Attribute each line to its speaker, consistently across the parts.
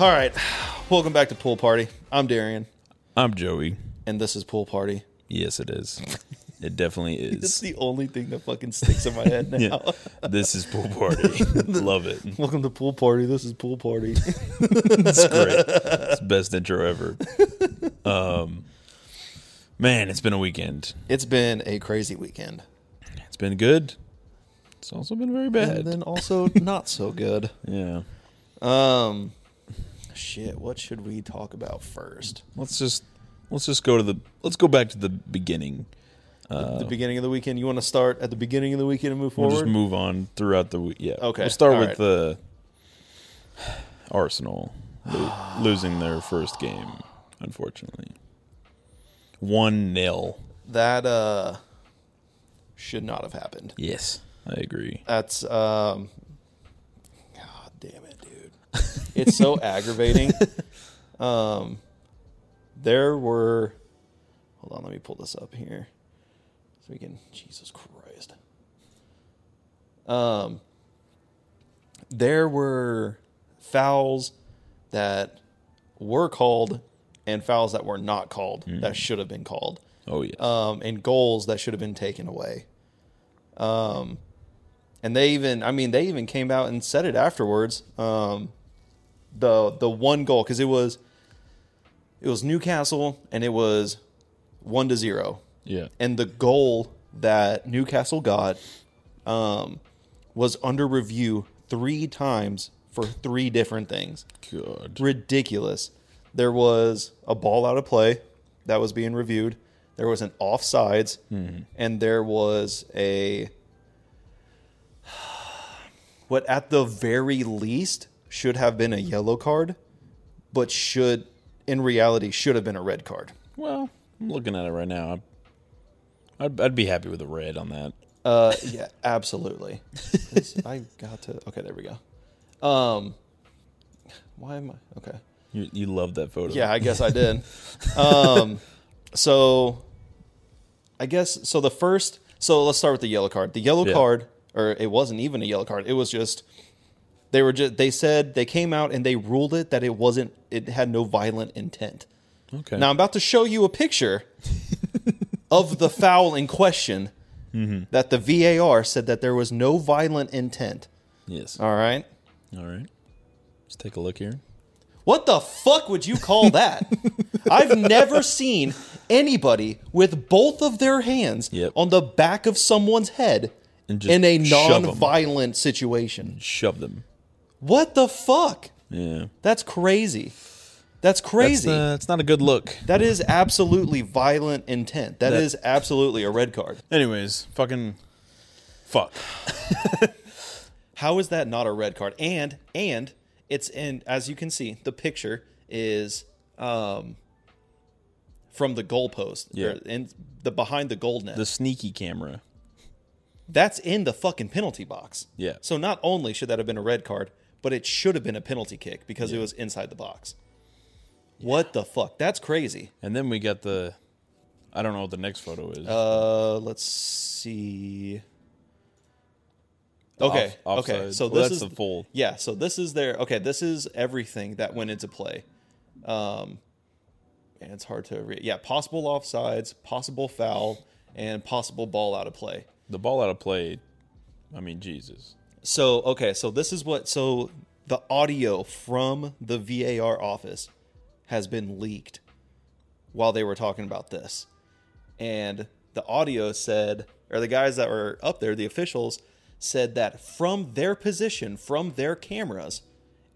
Speaker 1: All right. Welcome back to Pool Party. I'm Darian,
Speaker 2: I'm Joey.
Speaker 1: and this is Pool Party.
Speaker 2: Yes, it is. It definitely
Speaker 1: It's
Speaker 2: is.
Speaker 1: the only thing that fucking sticks in my head now.
Speaker 2: Yeah. This is pool party. Love it.
Speaker 1: Welcome to Pool Party. This is Pool Party.
Speaker 2: It's great. It's the best intro ever. Um, man, it's been a weekend.
Speaker 1: it's been a crazy weekend.
Speaker 2: It's been good. It's also been very
Speaker 1: And
Speaker 2: bad.
Speaker 1: then also not so good.
Speaker 2: yeah.
Speaker 1: Um shit, what should we talk about first?
Speaker 2: Let's just let's just go to the let's go back to the beginning.
Speaker 1: the beginning of the weekend. You want to start at the beginning of the weekend and move
Speaker 2: We'll
Speaker 1: forward?
Speaker 2: just move on throughout the week. Yeah.
Speaker 1: Okay,
Speaker 2: We'll start
Speaker 1: all
Speaker 2: with
Speaker 1: right.
Speaker 2: the Arsenal lo- losing their first game, unfortunately. One 0
Speaker 1: that uh should not have happened.
Speaker 2: Yes, I agree.
Speaker 1: That's um God damn it, dude. It's so aggravating. Um there were hold on, let me pull this up here. So we can Jesus Christ. Um there were fouls that were called and fouls that were not called that should have been called
Speaker 2: Oh yes.
Speaker 1: um, and goals that should have been taken away. Um, and they even, I mean, they even came out and said it afterwards. Um, the the one goal because it was it was Newcastle and it was one to zero,
Speaker 2: yeah.
Speaker 1: and the goal that Newcastle got um, was under review three times for three different things
Speaker 2: God.
Speaker 1: ridiculous. There was a ball out of play that was being reviewed. There was an offsides, and there was a what at the very least should have been a yellow card, but should in reality should have been a red card.
Speaker 2: Well, I'm looking at it right now. I'd, I'd be happy with a red on that.
Speaker 1: Uh, yeah, absolutely. 'Cause I got to okay. There we go. Um, why am I okay?
Speaker 2: You, you love that photo.
Speaker 1: Yeah, I guess I did. um, so I guess so. The first, so let's start with the yellow card. The yellow
Speaker 2: Yeah.
Speaker 1: card, or it wasn't even a yellow card. It was just they were just they said they came out and they ruled it that it wasn't it had no violent intent.
Speaker 2: Okay.
Speaker 1: Now I'm about to show you a picture of the foul in question that the VAR said that there was no violent intent.
Speaker 2: yes.
Speaker 1: All right.
Speaker 2: All right. Let's take a look here.
Speaker 1: What the fuck would you call that? I've never seen anybody with both of their hands
Speaker 2: Yep.
Speaker 1: on the back of someone's head
Speaker 2: And just
Speaker 1: in a
Speaker 2: shove 'em.
Speaker 1: non-violent situation.
Speaker 2: Shove them.
Speaker 1: What the fuck?
Speaker 2: Yeah.
Speaker 1: That's crazy. That's crazy.
Speaker 2: That's, uh, it's not a good look.
Speaker 1: that is absolutely violent intent. that
Speaker 2: That-
Speaker 1: is absolutely a red card.
Speaker 2: Anyways, fucking fuck.
Speaker 1: How is that not a red card? And and it's in as you can see, the picture is um from the goalpost.
Speaker 2: Yeah.
Speaker 1: Or in the behind the goal net.
Speaker 2: The sneaky camera.
Speaker 1: That's in the fucking penalty box.
Speaker 2: Yeah.
Speaker 1: So not only should that have been a red card, but it should have been a penalty kick because it was inside the box. What the fuck? That's crazy.
Speaker 2: And then we got the I don't know what the next photo is.
Speaker 1: Uh let's see. Okay.
Speaker 2: off-
Speaker 1: okay.
Speaker 2: offside.
Speaker 1: So this
Speaker 2: Well, that's
Speaker 1: is
Speaker 2: the full.
Speaker 1: Yeah, so this is their okay. This is everything that went into play. Um, and it's hard to read. Yeah, possible offsides, possible foul, and possible ball out of play.
Speaker 2: The ball out of play. I mean, Jesus.
Speaker 1: So okay, so this is what so the audio from the VAR office has been leaked while they were talking about this. And the audio said or the guys that were up there, the officials said that from their position, from their cameras,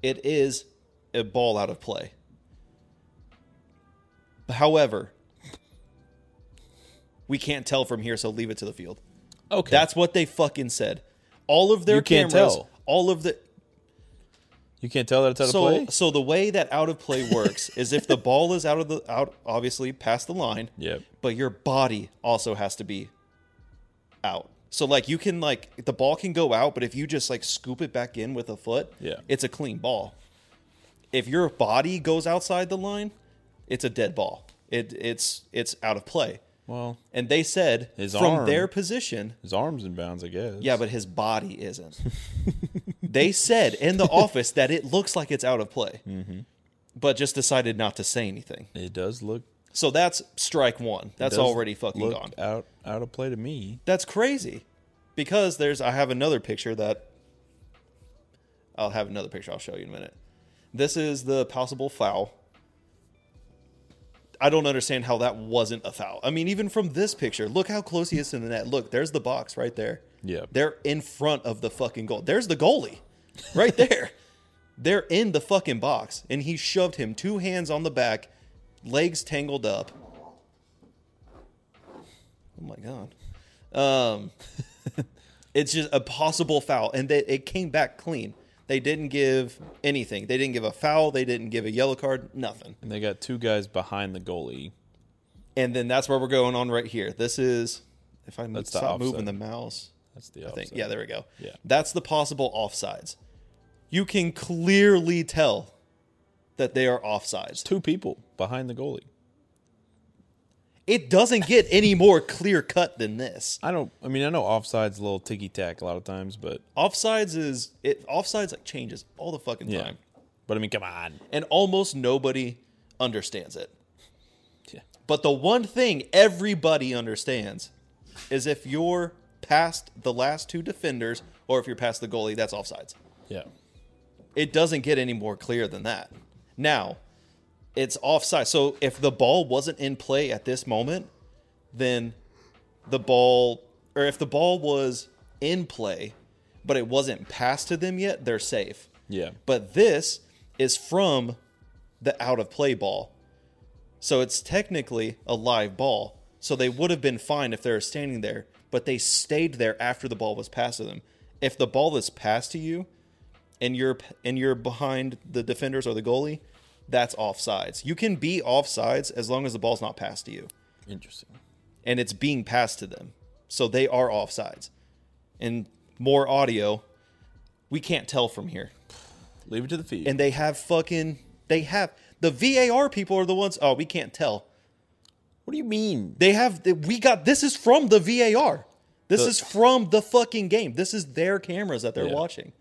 Speaker 1: it is a ball out of play. However, we can't tell from here, so leave it to the field.
Speaker 2: Okay.
Speaker 1: That's what they fucking said. All of their
Speaker 2: You can't
Speaker 1: cameras,
Speaker 2: tell.
Speaker 1: all of the
Speaker 2: you can't tell that it's out
Speaker 1: so
Speaker 2: of play?
Speaker 1: so the way that out of play works is if the ball is out of the out obviously past the line,
Speaker 2: Yep.
Speaker 1: but your body also has to be out. So like you can like the ball can go out, but if you just like scoop it back in with a foot,
Speaker 2: Yeah.
Speaker 1: it's a clean ball. If your body goes outside the line, it's a dead ball. It it's it's out of play.
Speaker 2: Well,
Speaker 1: And they said
Speaker 2: His
Speaker 1: from
Speaker 2: arm.
Speaker 1: their position
Speaker 2: his arm's in bounds, I guess.
Speaker 1: yeah, but his body isn't. They said in the office that it looks like it's out of play,
Speaker 2: Mm-hmm.
Speaker 1: but just decided not to say anything.
Speaker 2: It does look.
Speaker 1: So that's strike one. That's
Speaker 2: does
Speaker 1: already fucking
Speaker 2: look
Speaker 1: gone.
Speaker 2: Out out of play to me.
Speaker 1: That's crazy. Because there's I have another picture that I'll have another picture I'll show you in a minute. This is the possible foul. I don't understand how that wasn't a foul. I mean, even from this picture, look how close he is to the net. Look, there's the box right there.
Speaker 2: Yeah.
Speaker 1: They're in front of the fucking goal. There's the goalie. Right there. They're in the fucking box. And he shoved him two hands on the back, legs tangled up. Oh my god. Um, it's just a possible foul, and they, it came back clean. They didn't give anything. They didn't give a foul. They didn't give a yellow card. Nothing.
Speaker 2: And they got two guys behind the goalie.
Speaker 1: And then that's where we're going on right here. This is if I move,
Speaker 2: That's the
Speaker 1: stop moving
Speaker 2: offside.
Speaker 1: the mouse.
Speaker 2: That's the
Speaker 1: I
Speaker 2: offside.
Speaker 1: think yeah, there we go.
Speaker 2: Yeah.
Speaker 1: that's the possible offsides. You can clearly tell that they are offsides.
Speaker 2: two people behind the goalie.
Speaker 1: It doesn't get any more clear cut than this.
Speaker 2: I don't. I mean, I know offside's a little ticky tack a lot of times, but
Speaker 1: Offsides is it. Offsides like changes all the fucking
Speaker 2: yeah.
Speaker 1: time.
Speaker 2: But I mean, come on.
Speaker 1: and almost nobody understands it.
Speaker 2: Yeah.
Speaker 1: But the one thing everybody understands is if you're past the last two defenders or if you're past the goalie, that's offsides.
Speaker 2: Yeah.
Speaker 1: It doesn't get any more clear than that. Now, it's offside. So if the ball wasn't in play at this moment, then the ball, or if the ball was in play, but it wasn't passed to them yet, they're safe.
Speaker 2: Yeah.
Speaker 1: But this is from the out of play ball. So it's technically a live ball. So they would have been fine if they were standing there, but they stayed there after the ball was passed to them. If the ball is passed to you and you're and you're behind the defenders or the goalie, that's offsides. You can be offsides as long as the ball's not passed to you
Speaker 2: Interesting.
Speaker 1: and it's being passed to them. So they are offsides. And more audio. We can't tell from here
Speaker 2: Leave it to the feed.
Speaker 1: and they have fucking they have the VAR people are the ones oh we can't tell.
Speaker 2: what do you mean?
Speaker 1: They have we got this is from the VAR. This
Speaker 2: The-
Speaker 1: is from the fucking game. This is their cameras that they're
Speaker 2: Yeah.
Speaker 1: watching.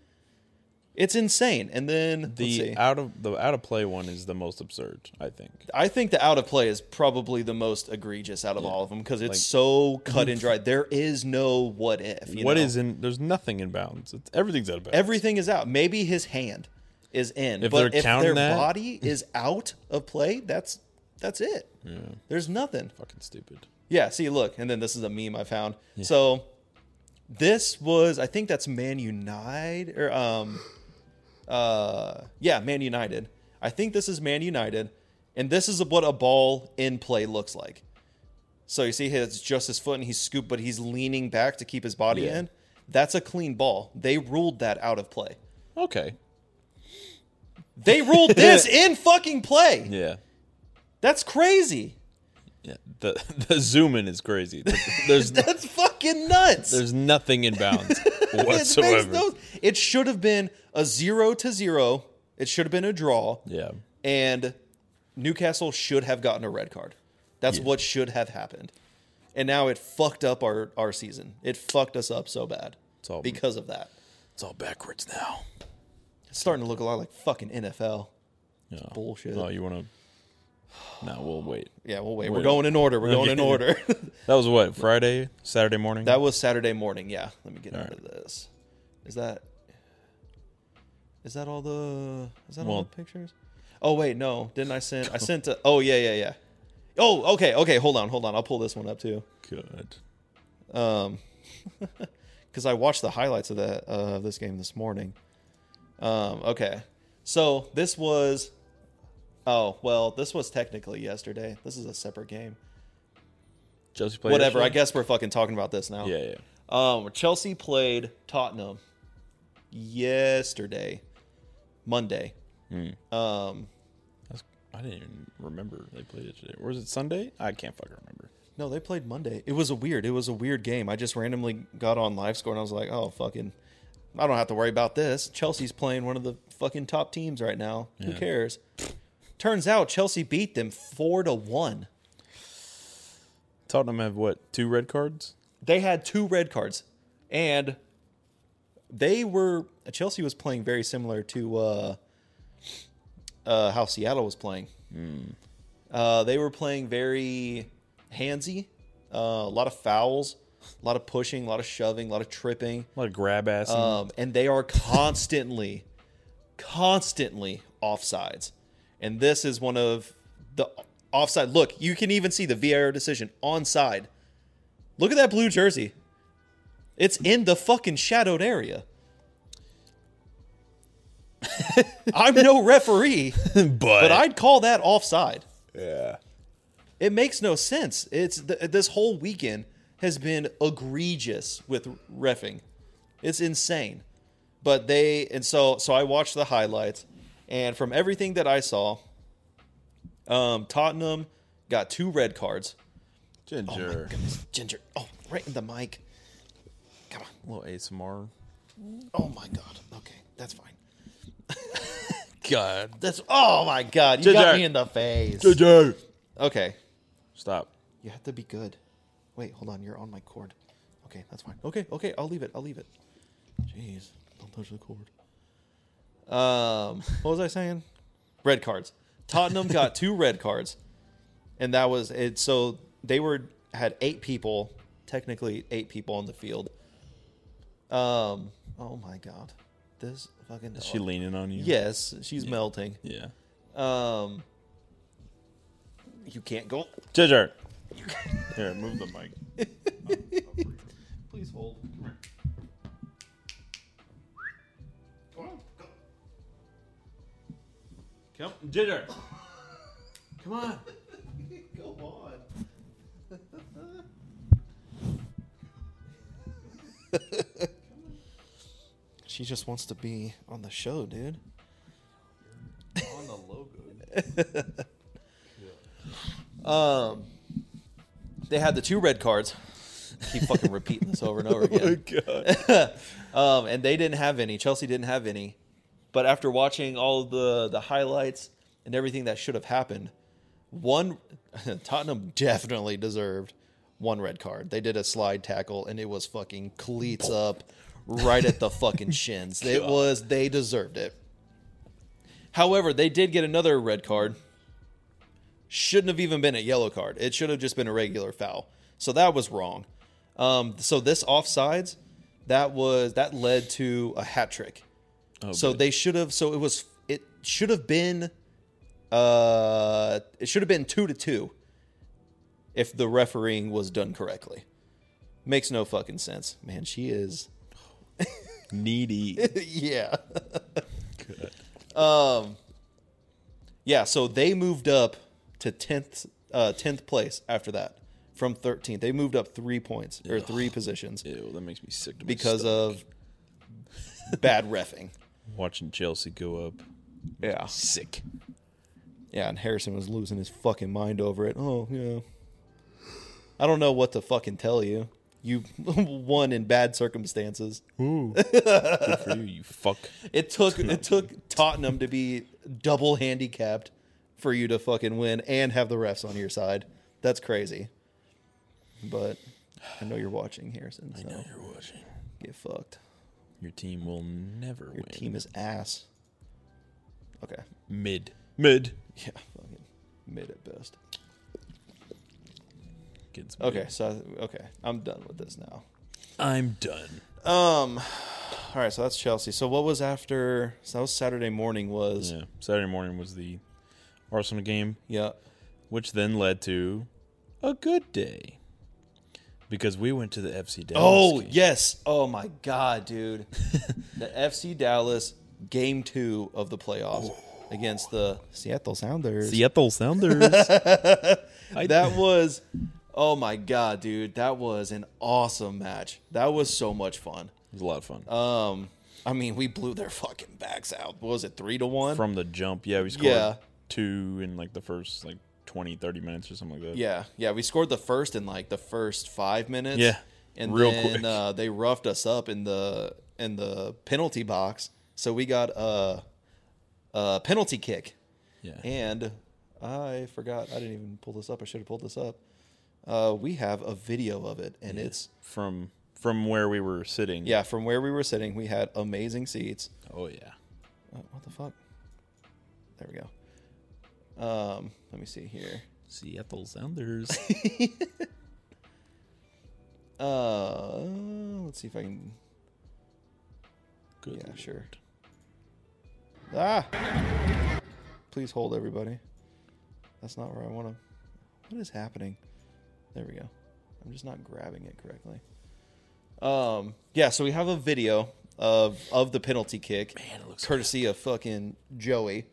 Speaker 1: It's insane. And then the
Speaker 2: The out of the out of play one is the most absurd, I think.
Speaker 1: I think the out of play is probably the most egregious out of all of them because it's
Speaker 2: Like-
Speaker 1: so cut and dry. There is no what if. you
Speaker 2: What
Speaker 1: know?
Speaker 2: is in? There's nothing in bounds. It's, everything's out of bounds.
Speaker 1: Everything is out. Maybe his hand is in,
Speaker 2: If
Speaker 1: but
Speaker 2: they're
Speaker 1: if
Speaker 2: counting
Speaker 1: their
Speaker 2: that-
Speaker 1: body is out of play, that's that's it. There's nothing.
Speaker 2: Fucking stupid.
Speaker 1: Yeah, see, look, and then this is a meme I found. So this was, I think that's Man United or um, uh, yeah, Man United. I think this is Man United, and this is what a ball in play looks like. So you see, it's just his foot, and he's scooped, but he's leaning back to keep his body
Speaker 2: Yeah.
Speaker 1: in. That's a clean ball. They ruled that out of play.
Speaker 2: Okay.
Speaker 1: They ruled this in fucking play.
Speaker 2: Yeah.
Speaker 1: That's crazy.
Speaker 2: Yeah. The the zoom in is crazy. There's
Speaker 1: That's fucking nuts.
Speaker 2: there's nothing in bounds
Speaker 1: It,
Speaker 2: whatsoever.
Speaker 1: makes no- it should have been a zero to zero. It should have been a draw,
Speaker 2: yeah.
Speaker 1: and Newcastle should have gotten a red card. That's
Speaker 2: Yeah.
Speaker 1: what should have happened. And now it fucked up our, our season. It fucked us up so bad
Speaker 2: It's all-
Speaker 1: because of that.
Speaker 2: It's all backwards now.
Speaker 1: It's starting to look a lot like fucking NFL.
Speaker 2: Yeah.
Speaker 1: bullshit.
Speaker 2: Oh, you want to? No, we'll wait.
Speaker 1: Yeah, well, wait.
Speaker 2: Wait.
Speaker 1: We're going in order. We're going in
Speaker 2: Okay.
Speaker 1: order.
Speaker 2: That was what Friday, Saturday morning.
Speaker 1: that was Saturday morning. Yeah, let me get out
Speaker 2: right.
Speaker 1: of this. Is that is that all the is that all
Speaker 2: Well-
Speaker 1: the pictures? Oh wait, no, didn't I send? I sent. A, oh yeah, yeah, yeah. Oh okay, okay. Hold on, hold on. I'll pull this one up too.
Speaker 2: good.
Speaker 1: Um, because I watched the highlights of that uh, of this game this morning. Um, okay, so this was. Oh well, this was technically yesterday. This is a separate game.
Speaker 2: Chelsea played.
Speaker 1: Whatever. I
Speaker 2: yesterday?
Speaker 1: guess we're fucking talking about this now.
Speaker 2: Yeah, yeah.
Speaker 1: Um, Chelsea played Tottenham yesterday, Monday. Um,
Speaker 2: That's, I didn't even remember they played it today. Or was it Sunday? I can't fucking remember.
Speaker 1: no, they played Monday. It was a weird. It was a weird game. I just randomly got on live score and I was like, oh fucking, I don't have to worry about this. Chelsea's playing one of the fucking top teams right now. Who
Speaker 2: Yeah.
Speaker 1: cares? Turns out Chelsea beat them four to one.
Speaker 2: Tottenham have what? Two red cards.
Speaker 1: They had two red cards, and They were Chelsea was playing very similar to uh, uh, how Seattle was playing. Uh, they were playing very handsy, uh, a lot of fouls, a lot of pushing, a lot of shoving, a lot of tripping.
Speaker 2: A lot of grab ass.
Speaker 1: Um, and they are constantly, constantly offsides. And this is one of the offside. Look, you can even see the VAR decision onside. Look at that blue jersey. It's in the fucking shadowed area. I'm no referee,
Speaker 2: but,
Speaker 1: but I'd call that offside.
Speaker 2: Yeah.
Speaker 1: It makes no sense. It's th- this whole weekend has been egregious with refing. It's insane. But they and so so I watched the highlights and from everything that I saw um Tottenham got two red cards. Oh
Speaker 2: Ginger.
Speaker 1: Goodness, Ginger. Oh, right in the mic. Come on.
Speaker 2: little ASMR.
Speaker 1: Oh my god. Okay, that's fine.
Speaker 2: God.
Speaker 1: That's Oh my god. You got
Speaker 2: Ginger.
Speaker 1: me in the face.
Speaker 2: Ginger.
Speaker 1: Okay.
Speaker 2: Stop.
Speaker 1: You have to be good. Wait, hold on. You're on my cord. Okay, that's fine. Okay, okay. I'll leave it. I'll leave it. Jeez, don't touch the cord. Um, what was I saying? Red cards. Tottenham got two red cards, and that was it. So they were had eight people, technically eight people on the field. Um. Oh my god, this fucking.
Speaker 2: Is she leaning on you?
Speaker 1: Yes, she's melting.
Speaker 2: Yeah.
Speaker 1: Um. You can't go.
Speaker 2: Ginger. Here, move the mic.
Speaker 1: Please hold. Come on, go.
Speaker 2: Come, Ginger. Come on.
Speaker 1: Go on. she just wants to be on the show, dude.
Speaker 3: on the logo.
Speaker 1: Um, they had the two red cards. Keep fucking repeating this over and over again.
Speaker 2: Oh God.
Speaker 1: um, and they didn't have any. Chelsea didn't have any. But after watching all the the highlights and everything that should have happened, one Tottenham definitely deserved one red card. They did a slide tackle and it was fucking cleats up right at the fucking shins. It
Speaker 2: God.
Speaker 1: was they deserved it. However, they did get another red card. Shouldn't have even been a yellow card. It should have just been a regular foul. So that was wrong. Um, so this offsides, that was that led to a hat trick.
Speaker 2: Oh,
Speaker 1: so
Speaker 2: boy.
Speaker 1: they should have. So it was. It should have been. Uh, it should have been two to two. If the refereeing was done correctly, makes no fucking sense. Man, she is.
Speaker 2: needy.
Speaker 1: yeah. Um. Yeah, so they moved up to tenth, uh, tenth place after that from thirteenth. They moved up three points or three positions
Speaker 2: Ew, that makes me sick to my
Speaker 1: because
Speaker 2: stomach.
Speaker 1: of bad refing.
Speaker 2: watching Chelsea go up.
Speaker 1: Yeah,
Speaker 2: Sick.
Speaker 1: yeah, and Harrison was losing his fucking mind over it. Oh yeah, I don't know what to fucking tell you. You won in bad circumstances.
Speaker 2: Ooh. Good for you, you fuck.
Speaker 1: It took it took Tottenham to be double handicapped for you to fucking win and have the refs on your side. That's crazy. But I know you're watching Harrison, so
Speaker 2: You're watching.
Speaker 1: get fucked.
Speaker 2: Your team will never
Speaker 1: Your
Speaker 2: win.
Speaker 1: team is ass. Okay.
Speaker 2: mid. Mid.
Speaker 1: Yeah, fucking mid at best.
Speaker 2: Kids. mid.
Speaker 1: Okay, so okay, I'm done with this now.
Speaker 2: I'm done.
Speaker 1: Um all right, so that's Chelsea. So what was after so that was Saturday morning was
Speaker 2: Yeah. Saturday morning was the Arsenal game,
Speaker 1: yeah.
Speaker 2: which then led to a good day because we went to the FC Dallas.
Speaker 1: Oh
Speaker 2: game.
Speaker 1: yes! Oh my god, dude! the FC Dallas game two of the playoffs against the Seattle Sounders.
Speaker 2: Seattle Sounders.
Speaker 1: that was, oh my god, dude! That was an awesome match. That was so much fun.
Speaker 2: It was a lot of fun.
Speaker 1: Um, I mean, we blew their fucking backs out. What was it three to one?
Speaker 2: From the jump, yeah, we scored
Speaker 1: Yeah.
Speaker 2: two in like the first like 20, 30 minutes or something like that.
Speaker 1: yeah, yeah. We scored the first in like the first five minutes.
Speaker 2: Yeah,
Speaker 1: and
Speaker 2: real
Speaker 1: then
Speaker 2: quick.
Speaker 1: Uh, they roughed us up in the in the penalty box, so we got a, a penalty kick.
Speaker 2: Yeah.
Speaker 1: And I forgot. I didn't even pull this up. I should have pulled this up. Uh, we have a video of it, and it's
Speaker 2: From from where we were sitting.
Speaker 1: Yeah, from where we were sitting, we had amazing seats.
Speaker 2: Oh yeah.
Speaker 1: Uh, what the fuck? There we go. Um, let me see here.
Speaker 2: Seattle Sounders.
Speaker 1: Uh, let's see if I can.
Speaker 2: Good
Speaker 1: Yeah,
Speaker 2: lord.
Speaker 1: sure. Ah! Please hold, everybody. That's not where I want to. What is happening? There we go. I'm just not grabbing it correctly. Um, yeah, so we have a video of of the penalty kick,
Speaker 2: Man, it looks
Speaker 1: courtesy of fucking Joey,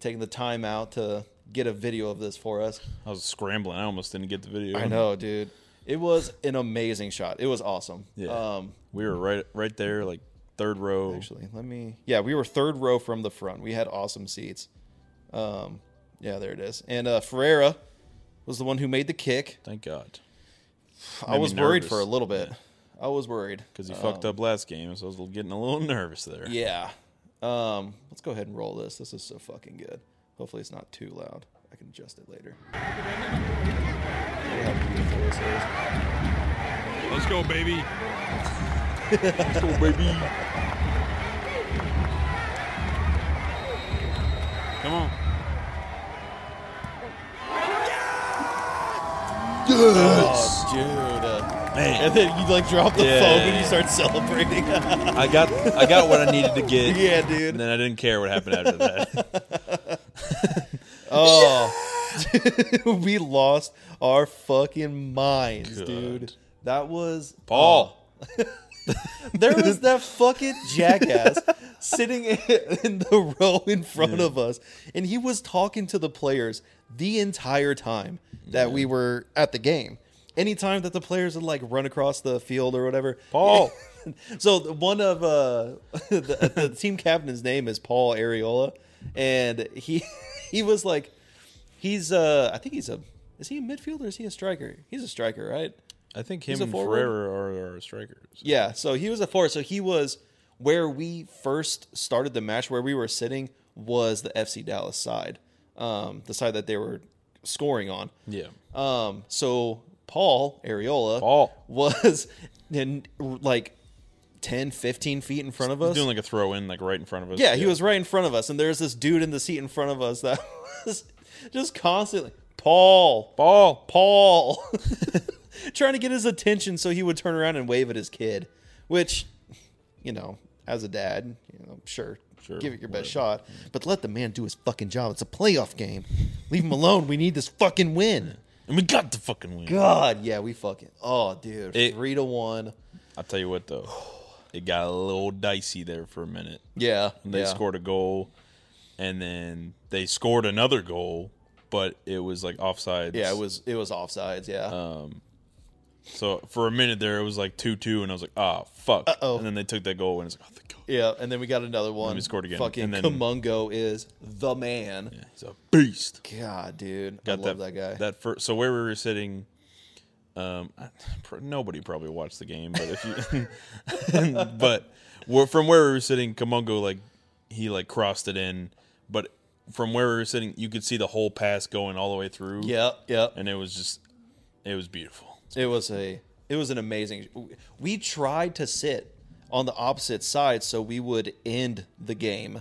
Speaker 1: taking the time out to get a video of this for us.
Speaker 2: I was scrambling. I almost didn't get the video.
Speaker 1: I know, dude. It was an amazing shot. It was awesome.
Speaker 2: Yeah.
Speaker 1: Um,
Speaker 2: We were right right there, like third row.
Speaker 1: actually. Let me. Yeah, we were third row from the front. We had awesome seats. Um, yeah, there it is. And uh, Ferreira was the one who made the kick.
Speaker 2: Thank God.
Speaker 1: I
Speaker 2: Made me
Speaker 1: was worried for a
Speaker 2: nervous.
Speaker 1: little bit. I was worried Uh,
Speaker 2: Because he fucked up last game, so I was getting a little nervous there.
Speaker 1: Um, Yeah. Um, let's go ahead and roll this. This is so fucking good. Hopefully, it's not too loud. I can adjust it later. Look at how beautiful this is.
Speaker 4: Let's go, baby.
Speaker 2: Oh, baby.
Speaker 4: Come on.
Speaker 1: Oh, dude. uh,
Speaker 2: Man,
Speaker 1: and then you like drop the
Speaker 2: Yeah.
Speaker 1: phone and you start celebrating.
Speaker 2: I got I got what I needed to get.
Speaker 1: yeah, dude.
Speaker 2: And then I didn't care what happened after that.
Speaker 1: Oh, we lost our fucking minds,
Speaker 2: Good.
Speaker 1: dude. That was
Speaker 2: Paul.
Speaker 1: Oh. There was that fucking jackass sitting in in the row in front of us, and he was talking to the players the entire time that we were at the game. Anytime that the players would like run across the field or whatever,
Speaker 2: Paul.
Speaker 1: so the- one of uh, the, the team captain's name is Paul Areola, and he he was like, he's uh, I think he's a is he a midfielder? Or is he a striker? He's a striker, right?
Speaker 2: I think
Speaker 1: He's
Speaker 2: him
Speaker 1: a
Speaker 2: and
Speaker 1: forward?
Speaker 2: Ferreira are our strikers.
Speaker 1: Yeah. So he was a four. So he was where we first started the match. Where we were sitting was the FC Dallas side, um, the side that they were scoring on.
Speaker 2: Yeah.
Speaker 1: Um, so Paul Areola
Speaker 2: Paul.
Speaker 1: was in, like 10, 15 feet in front of us.
Speaker 2: Doing like a throw in, like right in front of us.
Speaker 1: yeah, he was right in front of us, and there's this dude in the seat in front of us that was just constantly Paul,
Speaker 2: Paul.
Speaker 1: Paul, trying to get his attention so he would turn around and wave at his kid, which, you know, as a dad, you know, sure,
Speaker 2: Sure,
Speaker 1: give it your best shot, but let the man do his fucking job. It's a playoff game. Leave him alone. We need this fucking win.
Speaker 2: And we got the fucking win.
Speaker 1: God, yeah, we fucking. Oh, dude,
Speaker 2: It-
Speaker 1: three to one.
Speaker 2: I'll tell you what though. It got a little dicey there for a minute.
Speaker 1: Yeah,
Speaker 2: And They
Speaker 1: yeah.
Speaker 2: scored a goal and then they scored another goal, but it was like offsides.
Speaker 1: Yeah, it was it was offsides. Yeah,
Speaker 2: Uh, So for a minute there, it was like two two, and I was like, ah, fuck.
Speaker 1: Uh-oh.
Speaker 2: And then they took that goal, and it's like, oh, thank God.
Speaker 1: yeah, and then we got another one.
Speaker 2: we scored again,
Speaker 1: Fucking
Speaker 2: and then-
Speaker 1: Kumungo is the man.
Speaker 2: He's a beast.
Speaker 1: God, dude,
Speaker 2: Got
Speaker 1: I love that, guy.
Speaker 2: That first. So where we were sitting, um, I- pr- nobody probably watched the game, but if you, but we're, from where we were sitting, Kamungo like he like crossed it in, but from where we were sitting, you could see the whole pass going all the way through.
Speaker 1: yep, yep.
Speaker 2: And it was just, it was beautiful.
Speaker 1: It was a it was an amazing. We tried to sit on the opposite side so we would end the game.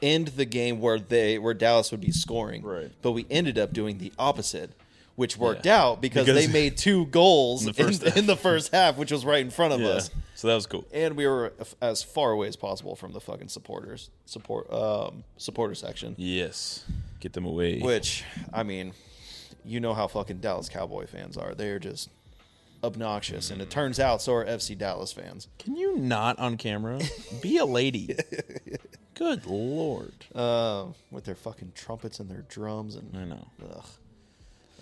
Speaker 1: End the game where they where Dallas would be scoring.
Speaker 2: Right.
Speaker 1: But we ended up doing the opposite, which worked
Speaker 2: Yeah.
Speaker 1: out because,
Speaker 2: Because-
Speaker 1: they made two goals in
Speaker 2: the
Speaker 1: the,
Speaker 2: first
Speaker 1: in, the first half, which was right in front of us.
Speaker 2: So that was cool.
Speaker 1: And we were af- as far away as possible from the fucking supporters support um supporter section.
Speaker 2: Yes. Get them away.
Speaker 1: Which, I mean, you know how fucking Dallas Cowboy fans are. They're just obnoxious. And it turns out so are FC Dallas fans.
Speaker 2: Can you not on camera be a lady? Good lord.
Speaker 1: Um, with their fucking trumpets and their drums
Speaker 2: I
Speaker 1: and
Speaker 2: know.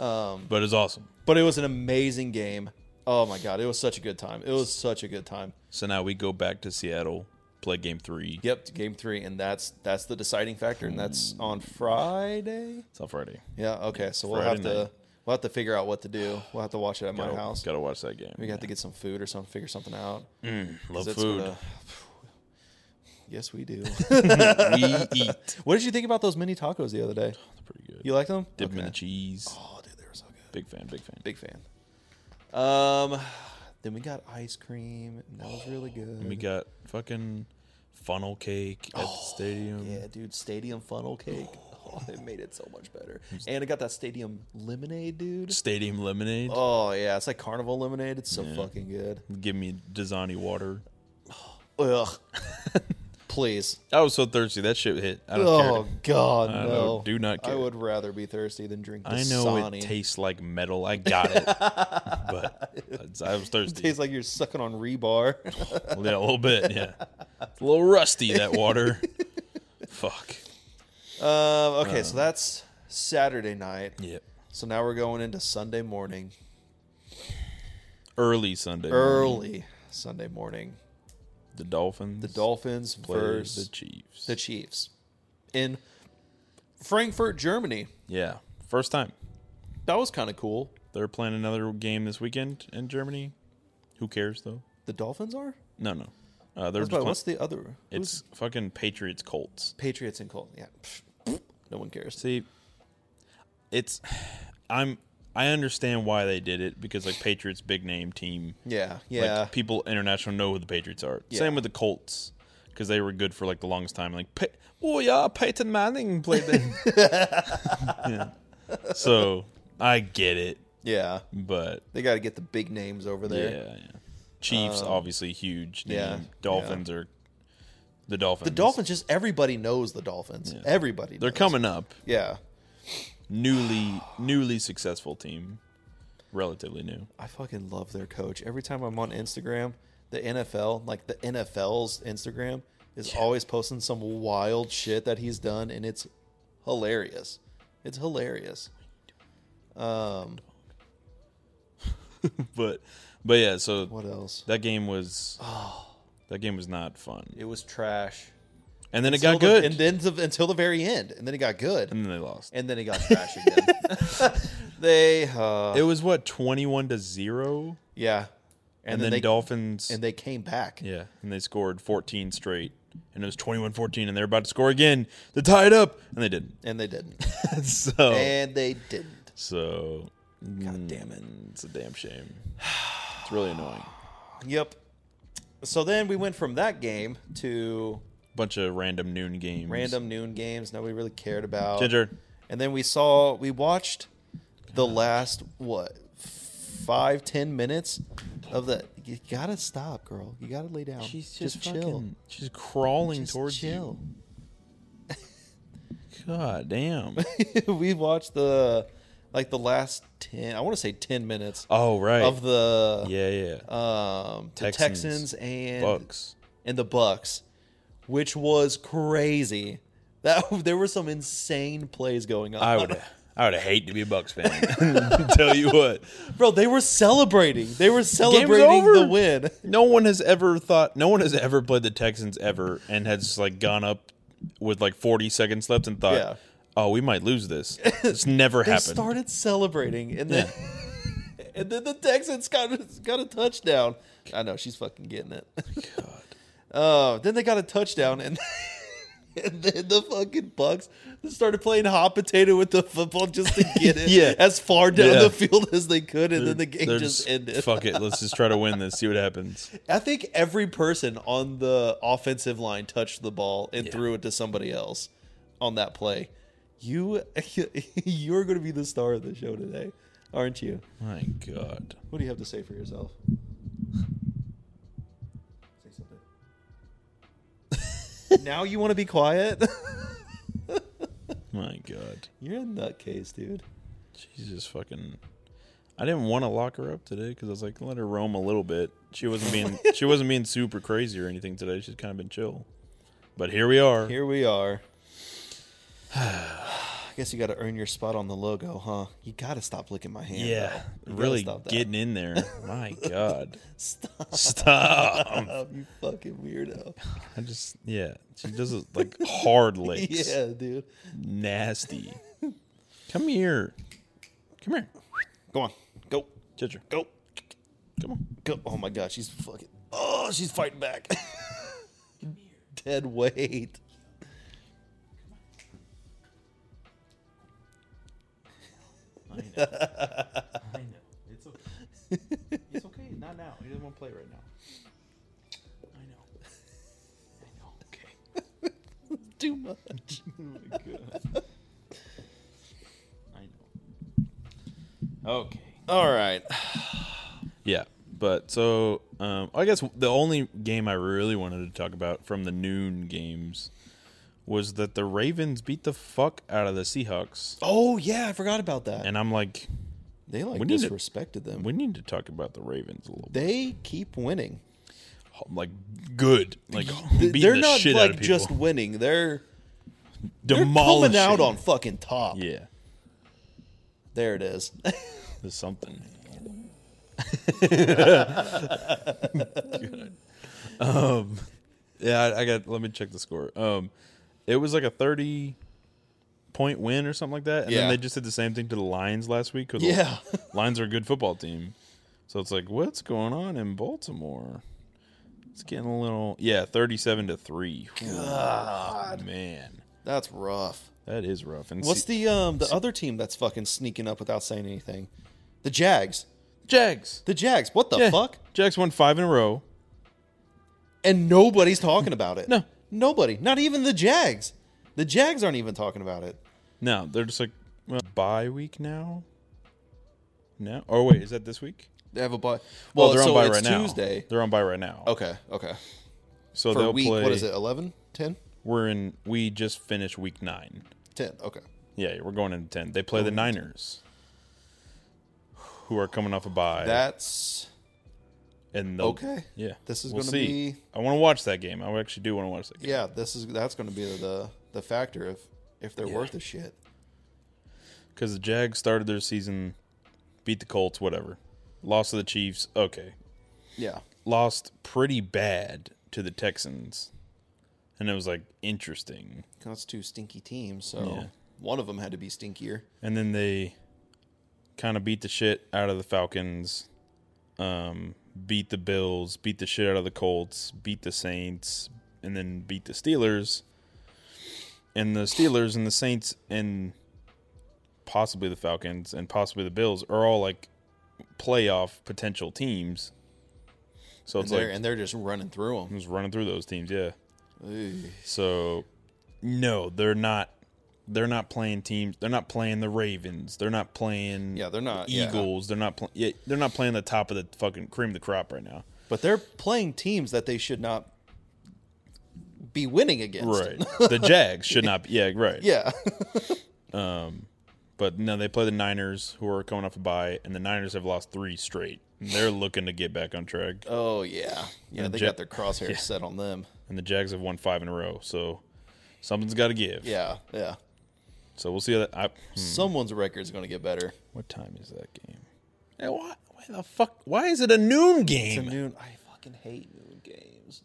Speaker 1: ugh.
Speaker 2: But it's awesome.
Speaker 1: But it was an amazing game. Oh my god, it was such a good time. It was such a good time.
Speaker 2: So now we go back to Seattle, play game three.
Speaker 1: Yep, game three, and that's that's the deciding factor, and that's on Friday.
Speaker 2: It's on Friday.
Speaker 1: Yeah, okay. So we'll have
Speaker 2: Friday
Speaker 1: to
Speaker 2: night.
Speaker 1: we'll have to figure out what to do. We'll have to watch it at my
Speaker 2: gotta,
Speaker 1: house.
Speaker 2: Gotta watch that game.
Speaker 1: we got to get some food or something, figure something out. 'Cause
Speaker 2: Mm, Love
Speaker 1: it's
Speaker 2: food.
Speaker 1: gonna- yes, we do.
Speaker 2: we eat.
Speaker 1: What did you think about those mini tacos the other day?
Speaker 2: Pretty good.
Speaker 1: You like them?
Speaker 2: Dip 'em in
Speaker 1: Okay.
Speaker 2: the cheese.
Speaker 1: Oh, dude, they were so good.
Speaker 2: Big fan, big fan.
Speaker 1: Big fan. Um, then we got ice cream. And that was really good.
Speaker 2: And we got fucking funnel cake at the stadium.
Speaker 1: Oh, yeah, dude, stadium funnel cake. Oh, it made it so much better. And I got that stadium lemonade, dude.
Speaker 2: Stadium lemonade.
Speaker 1: Oh yeah, it's like carnival lemonade. It's so fucking good.
Speaker 2: Give me Dasani water.
Speaker 1: Ugh. Please.
Speaker 2: I was so thirsty. That shit hit. I don't
Speaker 1: Oh
Speaker 2: care.
Speaker 1: God,
Speaker 2: I don't-
Speaker 1: no.
Speaker 2: do not
Speaker 1: I
Speaker 2: care.
Speaker 1: would rather be thirsty than drink.
Speaker 2: I know
Speaker 1: Dasani.
Speaker 2: it tastes like metal. I got it, but it's- I was thirsty.
Speaker 1: tastes like you're sucking on rebar.
Speaker 2: yeah, a little bit. Yeah, it's a little rusty that water. Fuck.
Speaker 1: um, okay, so that's Saturday night.
Speaker 2: Yep.
Speaker 1: So now we're going into Sunday morning,
Speaker 2: Early Sunday. morning,
Speaker 1: early Sunday morning.
Speaker 2: The Dolphins.
Speaker 1: The Dolphins
Speaker 2: play
Speaker 1: versus
Speaker 2: the Chiefs.
Speaker 1: the Chiefs in Frankfurt, Germany.
Speaker 2: yeah, first time
Speaker 1: That was kind of cool.
Speaker 2: they're playing another game this weekend in Germany. Who cares though?
Speaker 1: The Dolphins are.
Speaker 2: No, no. Uh, they're
Speaker 1: What's,
Speaker 2: just playing,
Speaker 1: what's the other? who's-
Speaker 2: it's fucking Patriots Colts.
Speaker 1: Patriots and Colts. Yeah, Pfft. no one cares.
Speaker 2: See, it's I'm I understand why they did it because like Patriots big name team.
Speaker 1: Yeah, yeah.
Speaker 2: Like, people international know who the Patriots are.
Speaker 1: Yeah.
Speaker 2: Same with the Colts because they were good for like the longest time. Like, pa- oh yeah, Peyton Manning played there. yeah. So I get it,
Speaker 1: yeah,
Speaker 2: but
Speaker 1: they got to get the big names over there.
Speaker 2: yeah, yeah. Chiefs obviously huge. Name.
Speaker 1: Um, yeah,
Speaker 2: Dolphins are the Dolphins.
Speaker 1: The Dolphins, just everybody knows the Dolphins.
Speaker 2: Yeah.
Speaker 1: Everybody.
Speaker 2: They're
Speaker 1: knows.
Speaker 2: coming up.
Speaker 1: Yeah,
Speaker 2: Newly newly successful team, relatively new.
Speaker 1: I fucking love their coach. Every time I'm on Instagram, the NFL, like the NFL's Instagram, is always posting some wild shit that he's done, and it's hilarious. It's hilarious. Um,
Speaker 2: but but yeah, so
Speaker 1: what Oh. else?
Speaker 2: that game was that game was not fun.
Speaker 1: It was trash.
Speaker 2: And then it got
Speaker 1: Until the-
Speaker 2: good, Mm. and,
Speaker 1: and then until the very end, and then it got good.
Speaker 2: then they lost.
Speaker 1: and then it got trash again. they, uh,
Speaker 2: it was what twenty one to zero,
Speaker 1: yeah,
Speaker 2: and, then,
Speaker 1: they
Speaker 2: Dolphins,
Speaker 1: and they came back.
Speaker 2: yeah, and they scored fourteen straight, and it was 21-14, and they're about to score again to tie it up, and they didn't.
Speaker 1: and they didn't,
Speaker 2: so
Speaker 1: and they didn't.
Speaker 2: so god damn it, it's a damn shame. It's really annoying.
Speaker 1: Yep. So then we went from that game to
Speaker 2: Bunch of random noon games.
Speaker 1: random noon games nobody really cared about.
Speaker 2: ginger.
Speaker 1: And then we saw we watched the last what five ten minutes of the. You gotta stop, girl. You gotta lay down.
Speaker 2: She's just, fucking- She's crawling
Speaker 1: Just
Speaker 2: towards
Speaker 1: chill.
Speaker 2: you. God damn.
Speaker 1: we watched the like the last 10 i want to say 10 minutes
Speaker 2: Oh right.
Speaker 1: of the
Speaker 2: yeah, yeah.
Speaker 1: um the
Speaker 2: Texans.
Speaker 1: texans, and
Speaker 2: Bucks.
Speaker 1: and the bucks which was crazy that there were some insane plays going on
Speaker 2: I would. I would hate to be a Bucks fan. Tell you what,
Speaker 1: bro they were celebrating they were celebrating
Speaker 2: over.
Speaker 1: the win
Speaker 2: no one has ever thought. No one has ever played the Texans ever and has like gone up with like forty seconds left and thought,
Speaker 1: Yeah.
Speaker 2: "Oh, we might lose this." It's never
Speaker 1: they
Speaker 2: happened.
Speaker 1: started celebrating and then and then the texans got, got a touchdown i know she's fucking getting it
Speaker 2: God.
Speaker 1: Uh, then they got a touchdown, and, and then the fucking Bucks started playing hot potato with the football just to get it
Speaker 2: Yeah.
Speaker 1: as far down
Speaker 2: Yeah.
Speaker 1: the field as they could, and then the game
Speaker 2: They're
Speaker 1: just ended.
Speaker 2: Fuck it. Let's just try to win this. See what happens.
Speaker 1: I think every person on the offensive line touched the ball and threw it to somebody else on that play. You, you're going to be the star of the show today, aren't you?
Speaker 2: My God.
Speaker 1: What do you have to say for yourself? Say something. now you want to be quiet?
Speaker 2: My God.
Speaker 1: You're a nutcase, dude.
Speaker 2: Jesus fucking. I didn't want to lock her up today because I was like, let her roam a little bit. She wasn't being she wasn't being super crazy or anything today. She's kind of been chill. But here we are.
Speaker 1: Here we are. I guess you got to earn your spot on the logo, huh? You got to stop licking my hand.
Speaker 2: yeah,
Speaker 1: though. You gotta
Speaker 2: really
Speaker 1: stop that.
Speaker 2: getting in there. My God,
Speaker 1: Stop,
Speaker 2: stop!
Speaker 1: Oh, you fucking weirdo.
Speaker 2: I just yeah, she does it like hard licks.
Speaker 1: Yeah, dude.
Speaker 2: Nasty. Come here, come here,
Speaker 1: Go on. Go.
Speaker 2: Ginger.
Speaker 1: Go.
Speaker 2: Come on.
Speaker 1: Go. Oh my god, she's fucking. Oh, she's fighting back. Dead weight.
Speaker 3: I know. It's okay.
Speaker 1: don't play right now.
Speaker 2: I know. I know. Oh Okay.
Speaker 1: Too much.
Speaker 2: I know. Okay.
Speaker 1: All right.
Speaker 2: Yeah, but so um, I guess the only game I really wanted to talk about from the noon games was that the Ravens beat the fuck out of the Seahawks,
Speaker 1: Oh yeah, I forgot about that.
Speaker 2: and I'm like,
Speaker 1: they like
Speaker 2: we need to-
Speaker 1: disrespected them.
Speaker 2: we need to talk about the Ravens a little bit.
Speaker 1: they keep winning.
Speaker 2: Like good, like
Speaker 1: Th-
Speaker 2: beating
Speaker 1: They're
Speaker 2: the
Speaker 1: not
Speaker 2: shit out of
Speaker 1: like
Speaker 2: people.
Speaker 1: just winning. They're they're
Speaker 2: demolishing.
Speaker 1: coming out on fucking top.
Speaker 2: yeah,
Speaker 1: There it is.
Speaker 2: there's something. Good. Um, yeah, I, I got. Let me check the score. Um, it was like a thirty point win or something like that, and
Speaker 1: Yeah.
Speaker 2: then they just did the same thing to the Lions last week. 'cause the
Speaker 1: Yeah.
Speaker 2: Lions are a good football team, so it's like, what's going on in Baltimore? It's getting a little yeah, thirty-seven to three. Whew, man,
Speaker 1: That's rough.
Speaker 2: that is rough. And
Speaker 1: What's
Speaker 2: see-
Speaker 1: the um the other team that's fucking sneaking up without saying anything? The Jags.
Speaker 2: Jags?
Speaker 1: The Jags. What the
Speaker 2: Yeah,
Speaker 1: fuck?
Speaker 2: Jags won five in a row.
Speaker 1: And nobody's talking about it.
Speaker 2: No.
Speaker 1: Nobody. Not even the Jags. The Jags aren't even talking about it.
Speaker 2: No, they're just like well, bye week now. No, oh wait, is that this week?
Speaker 1: They have a bye.
Speaker 2: Well, they're on
Speaker 1: so
Speaker 2: bye
Speaker 1: it's
Speaker 2: right now.
Speaker 1: Tuesday.
Speaker 2: They're on bye right now.
Speaker 1: Okay. Okay.
Speaker 2: so
Speaker 1: For
Speaker 2: they'll
Speaker 1: week,
Speaker 2: play.
Speaker 1: what is it? 11? 10?
Speaker 2: We're in. We just finished week nine.
Speaker 1: 10. Okay.
Speaker 2: Yeah, we're going into ten. They play the Niners, who are coming off a bye.
Speaker 1: That's
Speaker 2: and they'll-
Speaker 1: okay.
Speaker 2: Yeah,
Speaker 1: This is
Speaker 2: we'll
Speaker 1: gonna
Speaker 2: see.
Speaker 1: be-
Speaker 2: I want to watch that game. I actually do want to watch that game.
Speaker 1: yeah, this is that's going to be the the factor if if they're worth a shit.
Speaker 2: because the Jags started their season, beat the Colts, whatever, lost to the Chiefs. Okay,
Speaker 1: Yeah.
Speaker 2: lost pretty bad to the Texans, and it was like interesting.
Speaker 1: That's two stinky teams, so
Speaker 2: Yeah.
Speaker 1: one of them had to be stinkier.
Speaker 2: And then they kind of beat the shit out of the Falcons, um, beat the Bills, beat the shit out of the Colts, beat the Saints, and then beat the Steelers. And the Steelers and the Saints and possibly the Falcons and possibly the Bills are all like playoff potential teams. So
Speaker 1: And
Speaker 2: it's
Speaker 1: they're,
Speaker 2: like
Speaker 1: and they're just running through
Speaker 2: I'm
Speaker 1: them.
Speaker 2: just running through those teams, yeah. So no, they're not they're not playing teams. They're not playing the Ravens. They're not playing
Speaker 1: Yeah, they're not- yeah.
Speaker 2: Eagles. They're not playing yeah, they're not playing the top of the fucking cream of the crop right now.
Speaker 1: But they're playing teams that they should not be winning against.
Speaker 2: Right. the Jags should not be yeah, right.
Speaker 1: Yeah.
Speaker 2: But no, they play the Niners who are coming off a bye and the Niners have lost 3 straight. They're looking to get back on track.
Speaker 1: oh yeah. Yeah,
Speaker 2: And
Speaker 1: they
Speaker 2: Jet-
Speaker 1: got their crosshairs set on them.
Speaker 2: And the Jags have won 5 in a row, so something's got to give.
Speaker 1: Yeah. Yeah.
Speaker 2: So we'll see how that I, hmm,
Speaker 1: Someone's record's going to get better.
Speaker 2: What time is that game? Hey, why, why the fuck? Why is it a noon game?
Speaker 1: noon. I fucking hate noon games.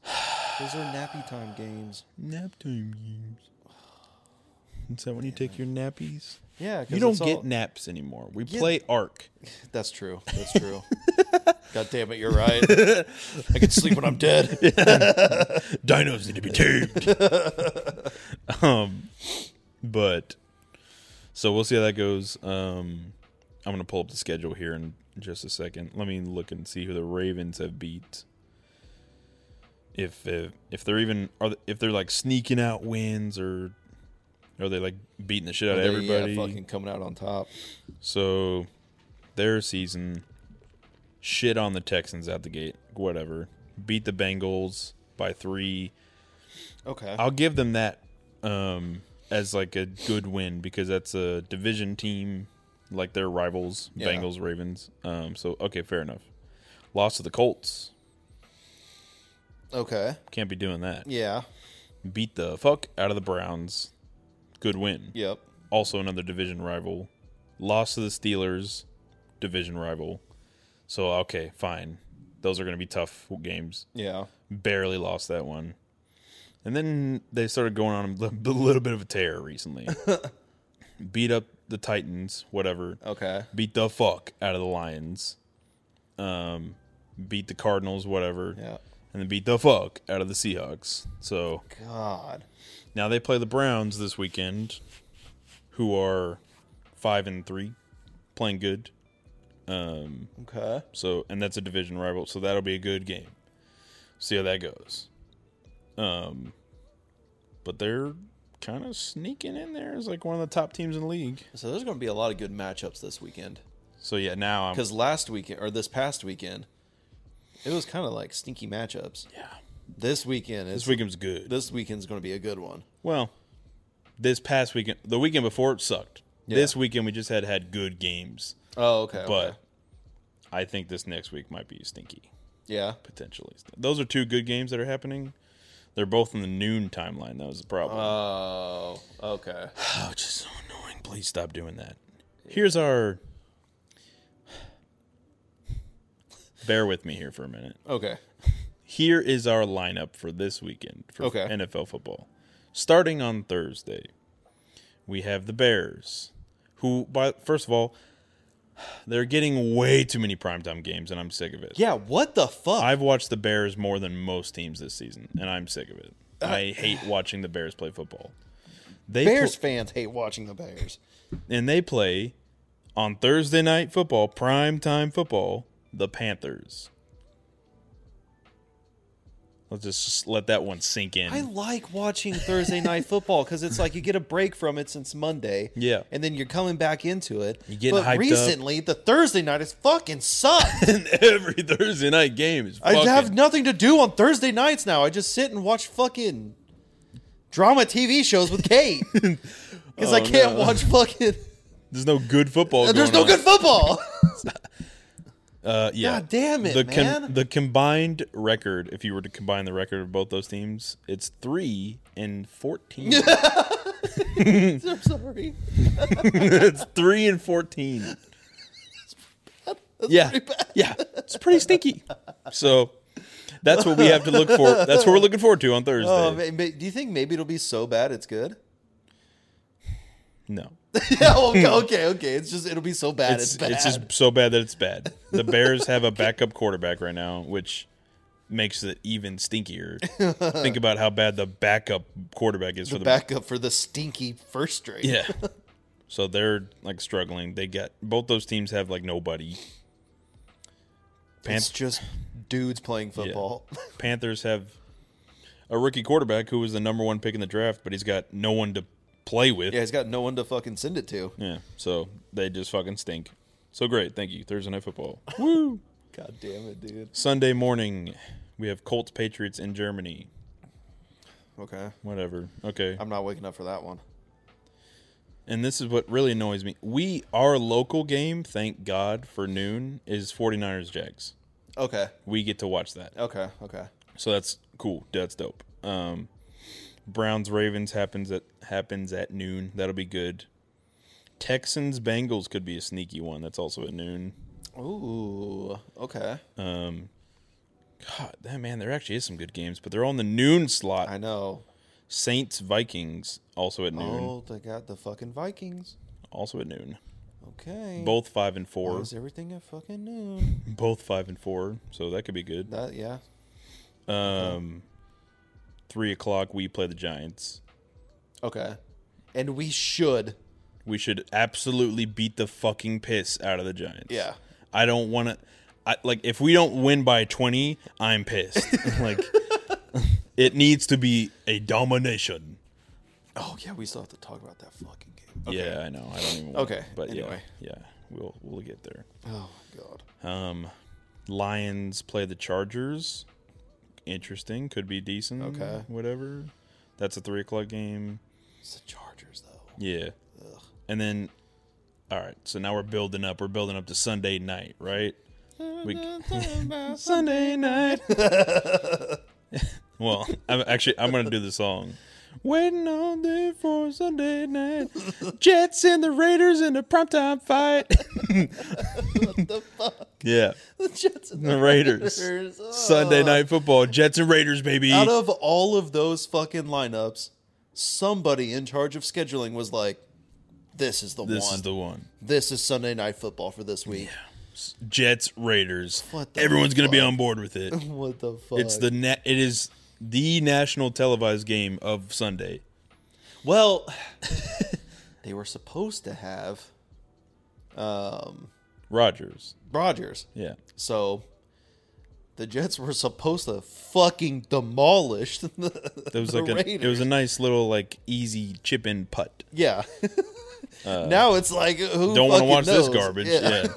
Speaker 1: Those are nappy time games.
Speaker 2: Nap time games. Is that when you take your nappies?
Speaker 1: Yeah,
Speaker 2: You don't get naps anymore. We play Ark.
Speaker 1: That's true. That's true. God damn it, you're right. I can sleep when I'm dead.
Speaker 2: Dinos need to be tamed. um, but so we'll see how that goes. Um, I'm gonna pull up the schedule here in just a second. Let me look and see who the Ravens have beat. If if, if they're even are they, if they're like sneaking out wins or are they like beating the shit out of
Speaker 1: They, uh, yeah,
Speaker 2: everybody?
Speaker 1: fucking coming out on top.
Speaker 2: So their season shit on the Texans out the gate, whatever. Beat the Bengals by 3.
Speaker 1: Okay.
Speaker 2: I'll give them that um as like a good win because that's a division team like their rivals,
Speaker 1: Yeah.
Speaker 2: Bengals, Ravens. Um so okay, fair enough. Lost to the Colts.
Speaker 1: Okay.
Speaker 2: Can't be doing that.
Speaker 1: Yeah.
Speaker 2: Beat the fuck out of the Browns. Good win.
Speaker 1: Yep.
Speaker 2: also another division rival. Lost to the Steelers, division rival. So okay, fine. Those are going to be tough games.
Speaker 1: Yeah.
Speaker 2: Barely lost that one, and then they started going on a li- a little bit of a tear recently. Beat up the Titans, whatever.
Speaker 1: Okay.
Speaker 2: Beat the fuck out of the Lions. Um, beat the Cardinals, whatever.
Speaker 1: Yeah.
Speaker 2: And then beat the fuck out of the Seahawks. So
Speaker 1: God.
Speaker 2: now they play the Browns this weekend, who are five and three, playing good. Um,
Speaker 1: Okay.
Speaker 2: so and that's a division rival, so that'll be a good game. See how that goes. Um, but they're kind of sneaking in there as like one of the top teams in the league.
Speaker 1: So there's going to be a lot of good matchups this weekend.
Speaker 2: So yeah, now I'm
Speaker 1: Because last weekend, or this past weekend, it was kind of like sneaky matchups.
Speaker 2: yeah.
Speaker 1: This weekend is
Speaker 2: This weekend's good.
Speaker 1: this weekend's going to be a good one.
Speaker 2: Well, this past weekend, the weekend before it sucked.
Speaker 1: Yeah.
Speaker 2: This weekend we just had had good games,
Speaker 1: Oh, okay.
Speaker 2: but
Speaker 1: okay.
Speaker 2: I think this next week might be stinky
Speaker 1: yeah.
Speaker 2: potentially. Those are two good games that are happening. They're both in the noon timeline. That was the problem.
Speaker 1: Oh, okay.
Speaker 2: oh, it's just so annoying. Please stop doing that. Here's our. Bear with me here for a minute.
Speaker 1: Okay.
Speaker 2: Here is our lineup for this weekend for
Speaker 1: Okay.
Speaker 2: NFL football. Starting on Thursday, we have the Bears, who, by, first of all, they're getting way too many primetime games, and I'm sick of it.
Speaker 1: Yeah. What the fuck?
Speaker 2: I've watched the Bears more than most teams this season, and I'm sick of it.
Speaker 1: Uh,
Speaker 2: I hate watching the Bears play football. They pl-
Speaker 1: Bears fans hate watching the Bears.
Speaker 2: and they play on Thursday night football, prime time football, the Panthers. Let's just let that one sink in.
Speaker 1: I like watching Thursday night football because it's like you get a break from it since Monday.
Speaker 2: Yeah.
Speaker 1: And then you're coming back into it. You
Speaker 2: get
Speaker 1: but
Speaker 2: hyped up.
Speaker 1: recently, the Thursday night has fucking sucked.
Speaker 2: and every Thursday night game is
Speaker 1: I
Speaker 2: fucking-
Speaker 1: have nothing to do on Thursday nights now. I just sit and watch fucking drama TV shows with Kate because I
Speaker 2: Oh,
Speaker 1: can't
Speaker 2: no.
Speaker 1: watch fucking.
Speaker 2: There's no good football.
Speaker 1: There's
Speaker 2: going
Speaker 1: no
Speaker 2: on.
Speaker 1: good football.
Speaker 2: Uh, yeah.
Speaker 1: God damn it,
Speaker 2: the
Speaker 1: man.
Speaker 2: the combined record, if you were to combine the record of both those teams, it's three and fourteen.
Speaker 1: I'm sorry.
Speaker 2: it's three and fourteen. yeah, yeah, it's pretty stinky. So that's what we have to look for. That's what we're looking forward to on Thursday.
Speaker 1: Oh, ma- ma- do you think maybe it'll be so bad it's good?
Speaker 2: no,
Speaker 1: yeah, okay, okay, okay. It's just it'll be so bad it's,
Speaker 2: it's
Speaker 1: bad.
Speaker 2: it's just so bad that it's bad. The Bears have a backup quarterback right now, which makes it even stinkier. Think about how bad the backup quarterback is for the
Speaker 1: backup for the stinky first string.
Speaker 2: Yeah. so they're like struggling. They got both those teams have like nobody. Pan-
Speaker 1: It's just dudes playing football.
Speaker 2: Panthers have a rookie quarterback who was the number one pick in the draft, but he's got no one to play with.
Speaker 1: Yeah, he's got no one to fucking send it to.
Speaker 2: Yeah, So they just fucking stink. So great. Thank you. Thursday night football.
Speaker 1: God damn it, dude.
Speaker 2: Sunday morning, we have Colts Patriots in Germany.
Speaker 1: Okay.
Speaker 2: Whatever. Okay.
Speaker 1: I'm not waking up for that one.
Speaker 2: And this is what really annoys me. We our local game, thank God for noon, is 49ers Jags.
Speaker 1: Okay.
Speaker 2: We get to watch that.
Speaker 1: Okay. Okay.
Speaker 2: So that's cool. That's dope. Um, Browns Ravens happens at happens at noon. That'll be good. Texans Bengals could be a sneaky one. That's also at noon.
Speaker 1: Ooh. Okay.
Speaker 2: Um, God, that man, there actually is some good games, but they're all in the noon
Speaker 1: I
Speaker 2: slot.
Speaker 1: know.
Speaker 2: Saints Vikings also at noon.
Speaker 1: Oh, they got the fucking Vikings.
Speaker 2: Also at noon.
Speaker 1: Okay.
Speaker 2: Both five and
Speaker 1: Why
Speaker 2: four.
Speaker 1: is everything at fucking noon?
Speaker 2: Both five and four. So that could be good.
Speaker 1: That yeah.
Speaker 2: Um, three o'clock we play the Giants.
Speaker 1: Okay. And we should.
Speaker 2: We should absolutely beat the fucking piss out of the Giants.
Speaker 1: Yeah.
Speaker 2: I don't want to. I, like if we don't win by 20, I'm pissed. like it needs to be a domination.
Speaker 1: Oh yeah, we still have to talk about that fucking game. Okay.
Speaker 2: Yeah, I know. I don't even. Want
Speaker 1: Okay,
Speaker 2: but
Speaker 1: anyway.
Speaker 2: yeah, yeah, we'll we'll get there.
Speaker 1: Oh my god.
Speaker 2: Um, Lions play the Chargers. Interesting. Could be decent.
Speaker 1: Okay.
Speaker 2: Whatever. That's a three o'clock game.
Speaker 1: It's the Chargers though.
Speaker 2: Yeah.
Speaker 1: Ugh.
Speaker 2: And then, all right. So now we're building up. We're building up to Sunday night, right? We, Sunday night. well, I'm actually I'm gonna do the song. Waiting all day for Sunday night. Jets and the Raiders in a primetime fight.
Speaker 1: What the fuck?
Speaker 2: yeah,
Speaker 1: The Jets and
Speaker 2: the Raiders.
Speaker 1: Raiders. Oh.
Speaker 2: Sunday night football. Jets and Raiders, baby.
Speaker 1: Out of all of those fucking lineups, somebody in charge of scheduling was like, "This is the
Speaker 2: this
Speaker 1: one.
Speaker 2: is the one.
Speaker 1: this is Sunday night football for this week."
Speaker 2: Jets Raiders.
Speaker 1: What the
Speaker 2: Everyone's gonna be
Speaker 1: fuck?
Speaker 2: on board with it.
Speaker 1: What the fuck?
Speaker 2: It's the na- it is the national televised game of Sunday.
Speaker 1: well. they were supposed to have, um,
Speaker 2: Rogers.
Speaker 1: Rogers.
Speaker 2: Yeah.
Speaker 1: So the Jets were supposed to fucking demolish the,
Speaker 2: It was
Speaker 1: the
Speaker 2: like a, it was a nice little like easy chip in putt.
Speaker 1: yeah. now it's like who
Speaker 2: Uh, Don't want to
Speaker 1: fucking
Speaker 2: watch this
Speaker 1: knows?
Speaker 2: garbage. Yeah.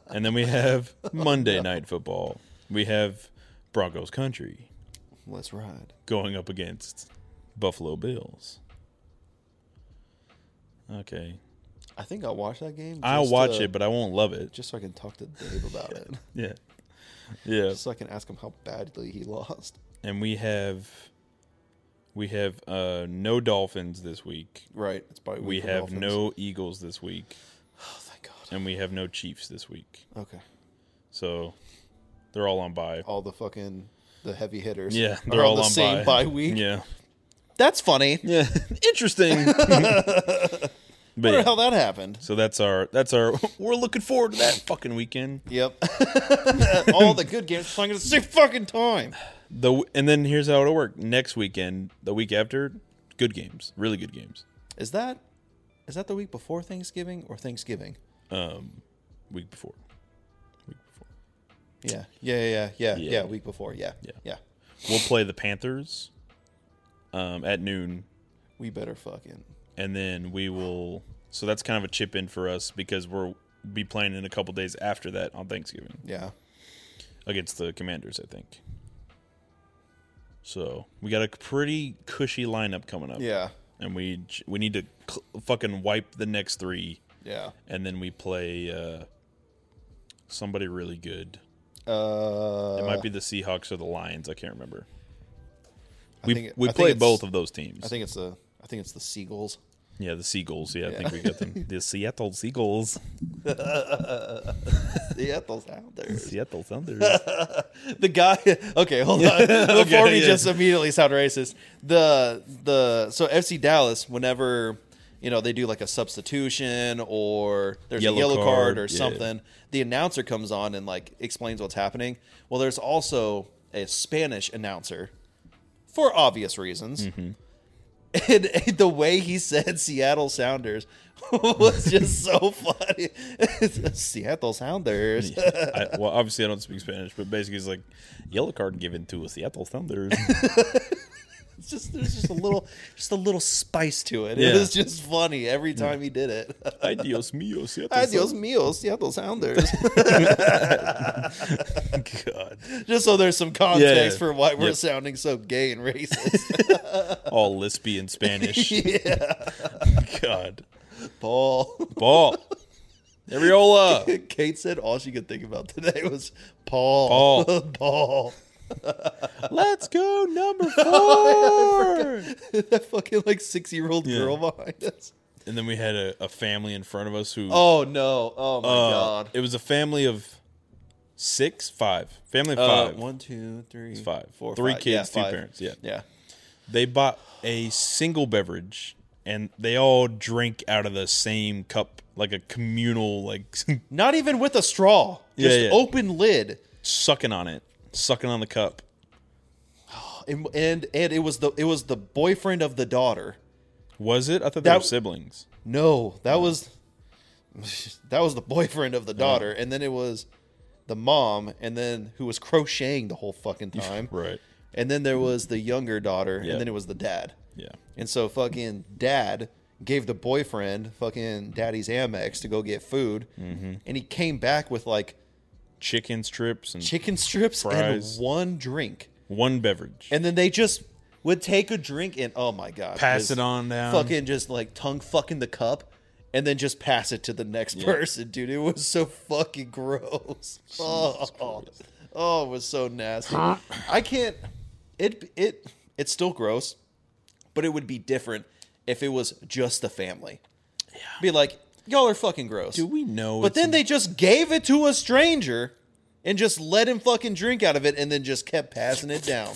Speaker 2: and then we have Monday night football. We have Broncos country
Speaker 1: Let's ride.
Speaker 2: going up against Buffalo Bills. Okay.
Speaker 1: I think I'll watch that game.
Speaker 2: I'll
Speaker 1: just uh,
Speaker 2: watch
Speaker 1: to-
Speaker 2: it, but I won't love it.
Speaker 1: just so I can talk to Dave about it.
Speaker 2: Yeah. Yeah.
Speaker 1: Just so I can ask him how badly he lost.
Speaker 2: And we have we have uh no Dolphins this week.
Speaker 1: Right. It's probably
Speaker 2: We
Speaker 1: for
Speaker 2: have
Speaker 1: Dolphins.
Speaker 2: no Eagles this week.
Speaker 1: Oh, thank God.
Speaker 2: And we have no Chiefs this week.
Speaker 1: Okay.
Speaker 2: So they're all on bye.
Speaker 1: All the fucking the heavy hitters.
Speaker 2: Yeah,
Speaker 1: are
Speaker 2: they're all
Speaker 1: on the
Speaker 2: on
Speaker 1: same
Speaker 2: bye.
Speaker 1: bye week.
Speaker 2: Yeah.
Speaker 1: That's funny.
Speaker 2: Yeah. Interesting. but
Speaker 1: Wonder
Speaker 2: yeah.
Speaker 1: how that happened.
Speaker 2: so that's our that's our we're looking forward to that fucking weekend.
Speaker 1: Yep. All the good games playing at the same fucking time.
Speaker 2: The and then here's how it'll work. Next weekend, the week after, good games. Really good games.
Speaker 1: Is that is that the week before Thanksgiving or Thanksgiving?
Speaker 2: Um week before. Week before.
Speaker 1: Yeah. Yeah, yeah, yeah, yeah,
Speaker 2: Yeah.
Speaker 1: yeah. week before. Yeah.
Speaker 2: Yeah.
Speaker 1: Yeah.
Speaker 2: We'll play the Panthers um, at noon,
Speaker 1: We better fucking
Speaker 2: and then we will. So that's kind of a chip in for us because we'll be playing in a couple days after that on Thanksgiving
Speaker 1: yeah.
Speaker 2: against the Commanders, I think. So we got a pretty cushy lineup coming up.
Speaker 1: Yeah.
Speaker 2: and we j- we need to cl- fucking wipe the next three,
Speaker 1: Yeah.
Speaker 2: and then we play uh, somebody really good.
Speaker 1: Uh
Speaker 2: It might be the Seahawks or the Lions. I can't remember.
Speaker 1: I
Speaker 2: We,
Speaker 1: think-
Speaker 2: we
Speaker 1: I think
Speaker 2: play
Speaker 1: it's-
Speaker 2: both of those teams.
Speaker 1: I think it's the I think it's the Seagulls.
Speaker 2: Yeah, the Seagulls. Yeah, I think we got them. The Seattle Seagulls.
Speaker 1: Yeah, those out there.
Speaker 2: Seattle Thunder.
Speaker 1: The guy. Okay, hold on. Before we
Speaker 2: yeah.
Speaker 1: just immediately sound racist, the the so FC Dallas whenever you know they do like a substitution or there's
Speaker 2: Yellow
Speaker 1: a yellow card,
Speaker 2: card,
Speaker 1: or
Speaker 2: yeah.
Speaker 1: something, the announcer comes on and like explains what's happening. Well, there's also a Spanish announcer for obvious reasons.
Speaker 2: Mm-hmm.
Speaker 1: And, and the way he said Seattle Sounders was just so funny. Seattle Sounders.
Speaker 2: I, well, obviously, I don't speak Spanish, but basically, it's like yellow card given to a Seattle Thunder.
Speaker 1: It's just there's just a little just a little spice to it. It
Speaker 2: Yeah.
Speaker 1: was just funny every time he did it.
Speaker 2: Ay, Dios mío, Seattle.
Speaker 1: Adios míos, Seattle Sounders.
Speaker 2: Thunder. God,
Speaker 1: just so there's some context
Speaker 2: Yeah, yeah.
Speaker 1: for why we're
Speaker 2: Yep.
Speaker 1: sounding so gay and racist.
Speaker 2: all lispy in Spanish. God,
Speaker 1: Paul.
Speaker 2: ball. Ariola.
Speaker 1: Kate said all she could think about today was Paul.
Speaker 2: Paul.
Speaker 1: Paul.
Speaker 2: Let's go number four.
Speaker 1: that fucking like six year old
Speaker 2: Yeah.
Speaker 1: girl behind us.
Speaker 2: and then we had a, a family in front of us who.
Speaker 1: Oh no. Oh my
Speaker 2: uh,
Speaker 1: god.
Speaker 2: It was a family of six, five. Family of
Speaker 1: Uh,
Speaker 2: five.
Speaker 1: one, two, three,
Speaker 2: five.
Speaker 1: four,
Speaker 2: Three
Speaker 1: five.
Speaker 2: kids, two
Speaker 1: five.
Speaker 2: parents, yeah.
Speaker 1: Yeah.
Speaker 2: they bought a single beverage and they all drank out of the same cup like a communal like
Speaker 1: Not even with a straw.
Speaker 2: Yeah,
Speaker 1: Just
Speaker 2: yeah.
Speaker 1: open lid.
Speaker 2: sucking on it sucking on the cup
Speaker 1: and and and it was the it was the boyfriend of the daughter.
Speaker 2: was it i thought they were
Speaker 1: That-
Speaker 2: siblings
Speaker 1: No, that
Speaker 2: Mm.
Speaker 1: was that was the boyfriend of the daughter, and then it was the mom, and then who was crocheting the whole fucking time,
Speaker 2: right
Speaker 1: And then there was the younger daughter,
Speaker 2: Yeah.
Speaker 1: and then it was the dad.
Speaker 2: yeah
Speaker 1: And so fucking dad gave the boyfriend fucking daddy's Amex to go get food,
Speaker 2: Mm-hmm.
Speaker 1: and he came back with like
Speaker 2: chicken strips and
Speaker 1: chicken strips
Speaker 2: Fries.
Speaker 1: and one drink,
Speaker 2: one beverage
Speaker 1: and then they just would take a drink and oh my god,
Speaker 2: pass
Speaker 1: just-
Speaker 2: it on down
Speaker 1: fucking just like tongue fucking the cup and then just pass it to the next person, dude. It was so fucking gross. Oh, oh, it was so nasty. I can't it it it's still gross, but it would be different if it was just the family. Yeah. Be like, y'all are fucking gross.
Speaker 2: do we know
Speaker 1: but
Speaker 2: it's
Speaker 1: then they just gave it to a stranger and just let him fucking drink out of it and then just kept passing it down.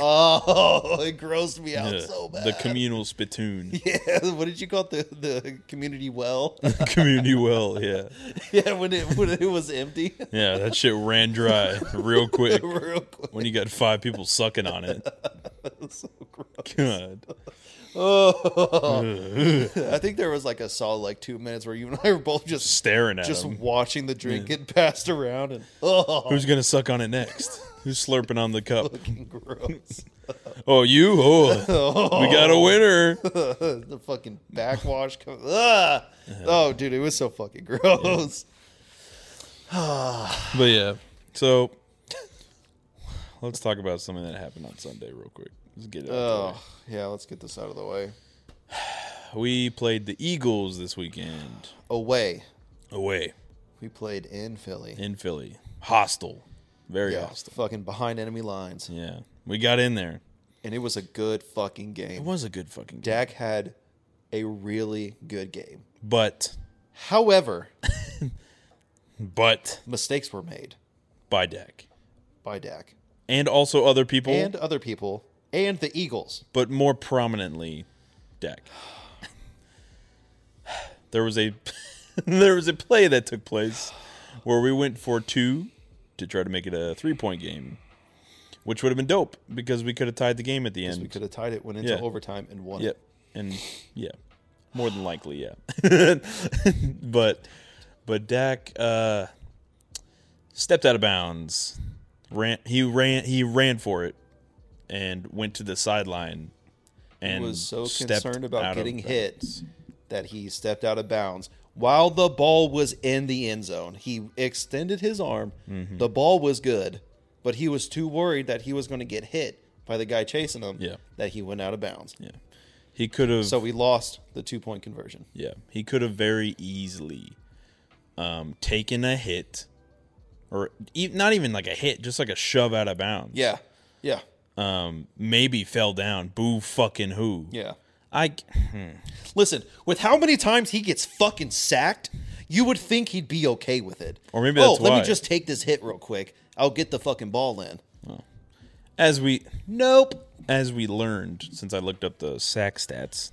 Speaker 1: Oh, it grossed me out
Speaker 2: the,
Speaker 1: so bad.
Speaker 2: the communal spittoon
Speaker 1: Yeah, what did you call it? the the community well?
Speaker 2: community well yeah
Speaker 1: yeah, when it when it was empty,
Speaker 2: yeah that shit ran dry real quick
Speaker 1: real quick.
Speaker 2: when you got five people sucking on it
Speaker 1: So gross.
Speaker 2: god
Speaker 1: I think there was like a solid like two minutes where you and I were both just
Speaker 2: staring at
Speaker 1: just
Speaker 2: him.
Speaker 1: watching the drink get passed around and oh,
Speaker 2: Who's gonna suck on it next? Who's slurping on the cup?
Speaker 1: gross.
Speaker 2: Oh, you? Oh, we got a winner.
Speaker 1: the fucking backwash. Come, ah! Oh, dude, it was so fucking gross.
Speaker 2: But yeah, so let's talk about something that happened on Sunday real quick. Let's get it. out of the way.
Speaker 1: Oh, yeah, let's get this out of the way. Oh.
Speaker 2: We played the Eagles this weekend
Speaker 1: Away,
Speaker 2: away
Speaker 1: we played in Philly.
Speaker 2: in Philly. Hostile, very
Speaker 1: yeah,
Speaker 2: hostile.
Speaker 1: fucking behind enemy lines,
Speaker 2: Yeah, we got in there.
Speaker 1: and it was a good fucking
Speaker 2: It
Speaker 1: game.
Speaker 2: was a good fucking game,
Speaker 1: Dak had a really good game.
Speaker 2: but
Speaker 1: However,
Speaker 2: but
Speaker 1: mistakes were made
Speaker 2: by Dak
Speaker 1: by Dak
Speaker 2: and also other people,
Speaker 1: and other people and the Eagles.
Speaker 2: but more prominently, Dak. there was a there was a play that took place where we went for two to try to make it a three point game, which would have been dope because we could have tied the game at the
Speaker 1: We
Speaker 2: end.
Speaker 1: could have tied it, went into
Speaker 2: Yeah.
Speaker 1: overtime, and won.
Speaker 2: Yep, and yeah, more than likely, yeah. but but Dak uh, stepped out of bounds. Ran he ran he ran for it and went to the sideline
Speaker 1: He
Speaker 2: and
Speaker 1: was so
Speaker 2: stepped
Speaker 1: concerned
Speaker 2: out
Speaker 1: about
Speaker 2: of
Speaker 1: getting
Speaker 2: bounds.
Speaker 1: hit that he stepped out of bounds while the ball was in the end zone. He extended his arm.
Speaker 2: Mm-hmm.
Speaker 1: The ball was good, but he was too worried that he was going to get hit by the guy chasing him
Speaker 2: Yeah.
Speaker 1: that he went out of bounds.
Speaker 2: Yeah, he could have.
Speaker 1: So we lost the two point conversion.
Speaker 2: yeah, he could have very easily um, taken a hit, or e- not even like a hit, just like a shove out of bounds.
Speaker 1: Yeah. Yeah.
Speaker 2: Um, maybe fell down. Boo fucking who?
Speaker 1: Yeah.
Speaker 2: I
Speaker 1: Listen, with how many times he gets fucking sacked, you would think he'd be okay with it.
Speaker 2: Or maybe that's
Speaker 1: oh, let
Speaker 2: why.
Speaker 1: me just take this hit real quick. I'll get the fucking ball in.
Speaker 2: as we
Speaker 1: Nope.
Speaker 2: as we learned since I looked up the sack stats,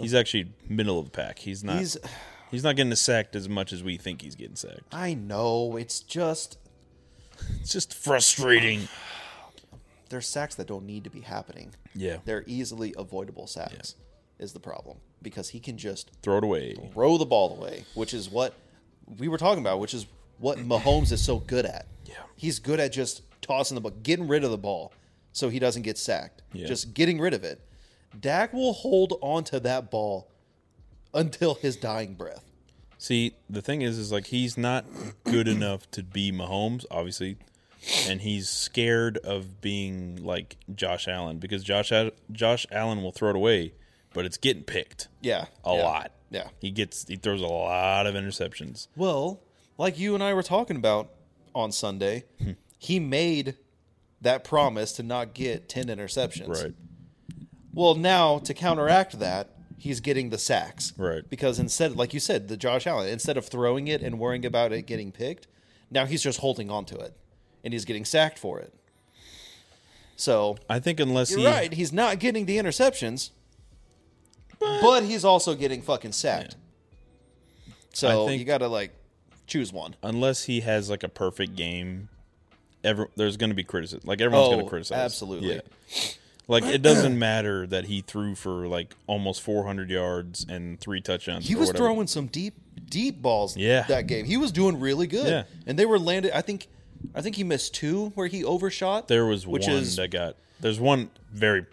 Speaker 2: he's actually middle of the pack. He's not. Uh. He's,
Speaker 1: He's
Speaker 2: not getting sacked as much as we think he's getting sacked.
Speaker 1: I know, it's just
Speaker 2: It's just frustrating.
Speaker 1: there's sacks that don't need to be happening.
Speaker 2: Yeah.
Speaker 1: They're easily avoidable sacks is the problem because he can just
Speaker 2: Throw it away.
Speaker 1: throw the ball away, which is what we were talking about, which is what Mahomes is so good at.
Speaker 2: Yeah.
Speaker 1: He's good at just tossing the ball, getting rid of the ball so he doesn't get sacked.
Speaker 2: Yeah.
Speaker 1: Just getting rid of it. Dak will hold on to that ball until his dying breath.
Speaker 2: See, the thing is, is like he's not good enough to be Mahomes, obviously, and he's scared of being like Josh Allen because Josh Al- Josh Allen will throw it away, but it's getting picked
Speaker 1: Yeah.
Speaker 2: a
Speaker 1: yeah,
Speaker 2: lot.
Speaker 1: Yeah.
Speaker 2: he gets he throws a lot of interceptions.
Speaker 1: Well, like you and I were talking about on Sunday,
Speaker 2: Hmm.
Speaker 1: he made that promise to not get 10 interceptions.
Speaker 2: Right.
Speaker 1: Well, now to counteract that, he's getting the sacks.
Speaker 2: Right.
Speaker 1: Because instead, like you said, the Josh Allen, instead of throwing it and worrying about it getting picked, now he's just holding on to it and he's getting sacked for it. So
Speaker 2: I think unless
Speaker 1: you're
Speaker 2: he
Speaker 1: right. He's not getting the interceptions, but, he's also getting fucking sacked. So
Speaker 2: I think-
Speaker 1: you got to like choose one.
Speaker 2: unless he has like a perfect game, ever there's going to be criticism. Like everyone's going
Speaker 1: Oh,
Speaker 2: to criticize.
Speaker 1: absolutely.
Speaker 2: Like it doesn't matter that he threw for like almost 400 yards and three touchdowns.
Speaker 1: He
Speaker 2: or
Speaker 1: was
Speaker 2: whatever.
Speaker 1: throwing some deep, deep balls.
Speaker 2: Yeah.
Speaker 1: that game he was doing really good.
Speaker 2: Yeah.
Speaker 1: and they were landed. I think, I think he missed two where he overshot.
Speaker 2: There was
Speaker 1: which
Speaker 2: one
Speaker 1: is
Speaker 2: that got. There's one very,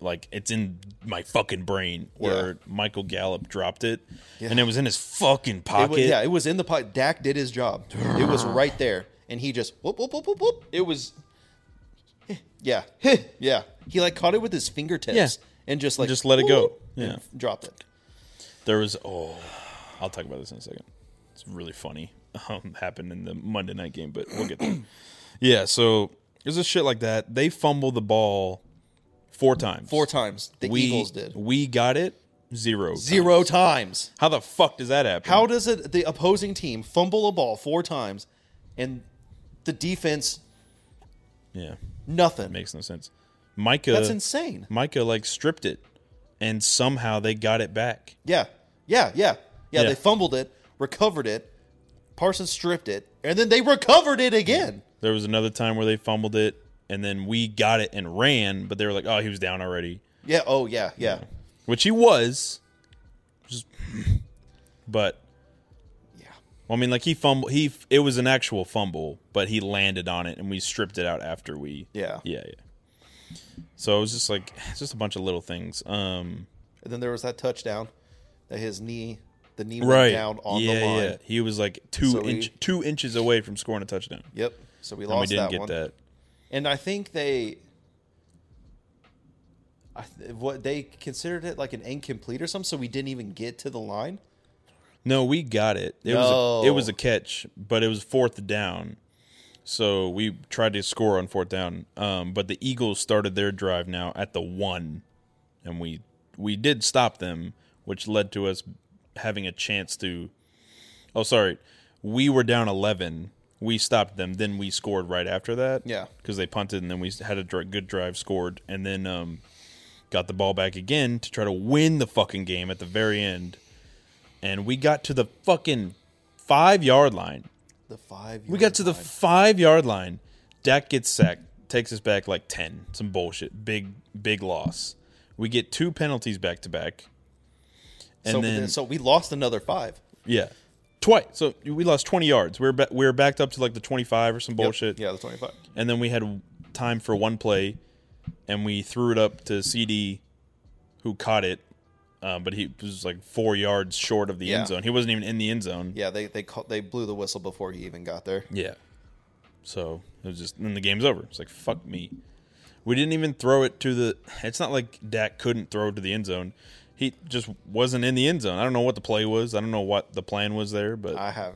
Speaker 2: like it's in my fucking brain where
Speaker 1: Yeah.
Speaker 2: Michael Gallup dropped it,
Speaker 1: Yeah.
Speaker 2: and it was in his fucking
Speaker 1: it
Speaker 2: pocket.
Speaker 1: was, yeah, it was in the pot. Dak did his job. it was right there, and he just whoop whoop whoop whoop whoop. It was, yeah, yeah. He like caught it with his fingertips
Speaker 2: Yeah.
Speaker 1: and just like
Speaker 2: Just let it go.
Speaker 1: and
Speaker 2: Yeah.
Speaker 1: dropped it.
Speaker 2: There was oh, I'll talk about this in a second. It's really funny. Um, happened in the Monday night game, but we'll get there. yeah, so there's a shit like that. They fumbled the ball four times.
Speaker 1: Four times the
Speaker 2: We,
Speaker 1: Eagles did
Speaker 2: We got it zero.
Speaker 1: zero
Speaker 2: times.
Speaker 1: times.
Speaker 2: How the fuck does that happen?
Speaker 1: How does it the opposing team fumble a ball four times, and the defense
Speaker 2: yeah,
Speaker 1: nothing?
Speaker 2: makes no sense. Micah.
Speaker 1: That's insane.
Speaker 2: Micah like stripped it, and somehow they got it back.
Speaker 1: Yeah, yeah, yeah, yeah.
Speaker 2: Yeah.
Speaker 1: They fumbled it, recovered it. Parsons stripped it, and then they recovered it again.
Speaker 2: There was another time where they fumbled it, and then we got it and ran, but they were like, "Oh, he was down already."
Speaker 1: Yeah. Oh, yeah. Yeah.
Speaker 2: which he was. Just- but
Speaker 1: Yeah.
Speaker 2: well, I mean, like he fumble. He it was an actual fumble, but he landed on it, and we stripped it out after we.
Speaker 1: Yeah.
Speaker 2: yeah, yeah. So it was just like it's just a bunch of little things. Um,
Speaker 1: And then there was that touchdown that his knee, the knee
Speaker 2: right
Speaker 1: went down on
Speaker 2: yeah,
Speaker 1: the line.
Speaker 2: yeah. He was like two
Speaker 1: So we-
Speaker 2: inch two inches away from scoring a touchdown,
Speaker 1: Yep. So we
Speaker 2: and we
Speaker 1: lost
Speaker 2: didn't
Speaker 1: that
Speaker 2: get
Speaker 1: one.
Speaker 2: that.
Speaker 1: And I think they, I th- what they considered it like an incomplete or something. So we didn't even get to the line.
Speaker 2: No, we got it. It was a, it was a catch, but it was fourth down. So we tried to score on fourth down. Um, but the Eagles started their drive now at the one, and we we did stop them, which led to us having a chance to. Oh, sorry, we were down eleven. We stopped them. Then we scored right after that.
Speaker 1: Yeah.
Speaker 2: because they punted, and then we had a dr- good drive, scored, and then um, got the ball back again to try to win the fucking game at the very end and we got to the fucking five yard line.
Speaker 1: The five.
Speaker 2: We got to the five yard line. Dak gets sacked, takes us back like ten. Some bullshit. Big big loss. We get two penalties back to back. And
Speaker 1: so,
Speaker 2: then
Speaker 1: so we lost another five.
Speaker 2: yeah. Twice. So we lost 20 yards. We were, ba- we were backed up to like the 25 or some
Speaker 1: Yep.
Speaker 2: bullshit.
Speaker 1: Yeah, the twenty-five.
Speaker 2: And then we had time for one play and we threw it up to CD who caught it. Um, but he was like four yards short of the
Speaker 1: Yeah.
Speaker 2: end zone. He wasn't even in the end zone.
Speaker 1: Yeah, they they call, they blew the whistle before he even got there.
Speaker 2: Yeah. So it was just then the game's over. It's like fuck me. We didn't even throw it to the. It's not like Dak couldn't throw it to the end zone. He just wasn't in the end zone. I don't know what the play was. I don't know what the plan was there, but
Speaker 1: I have,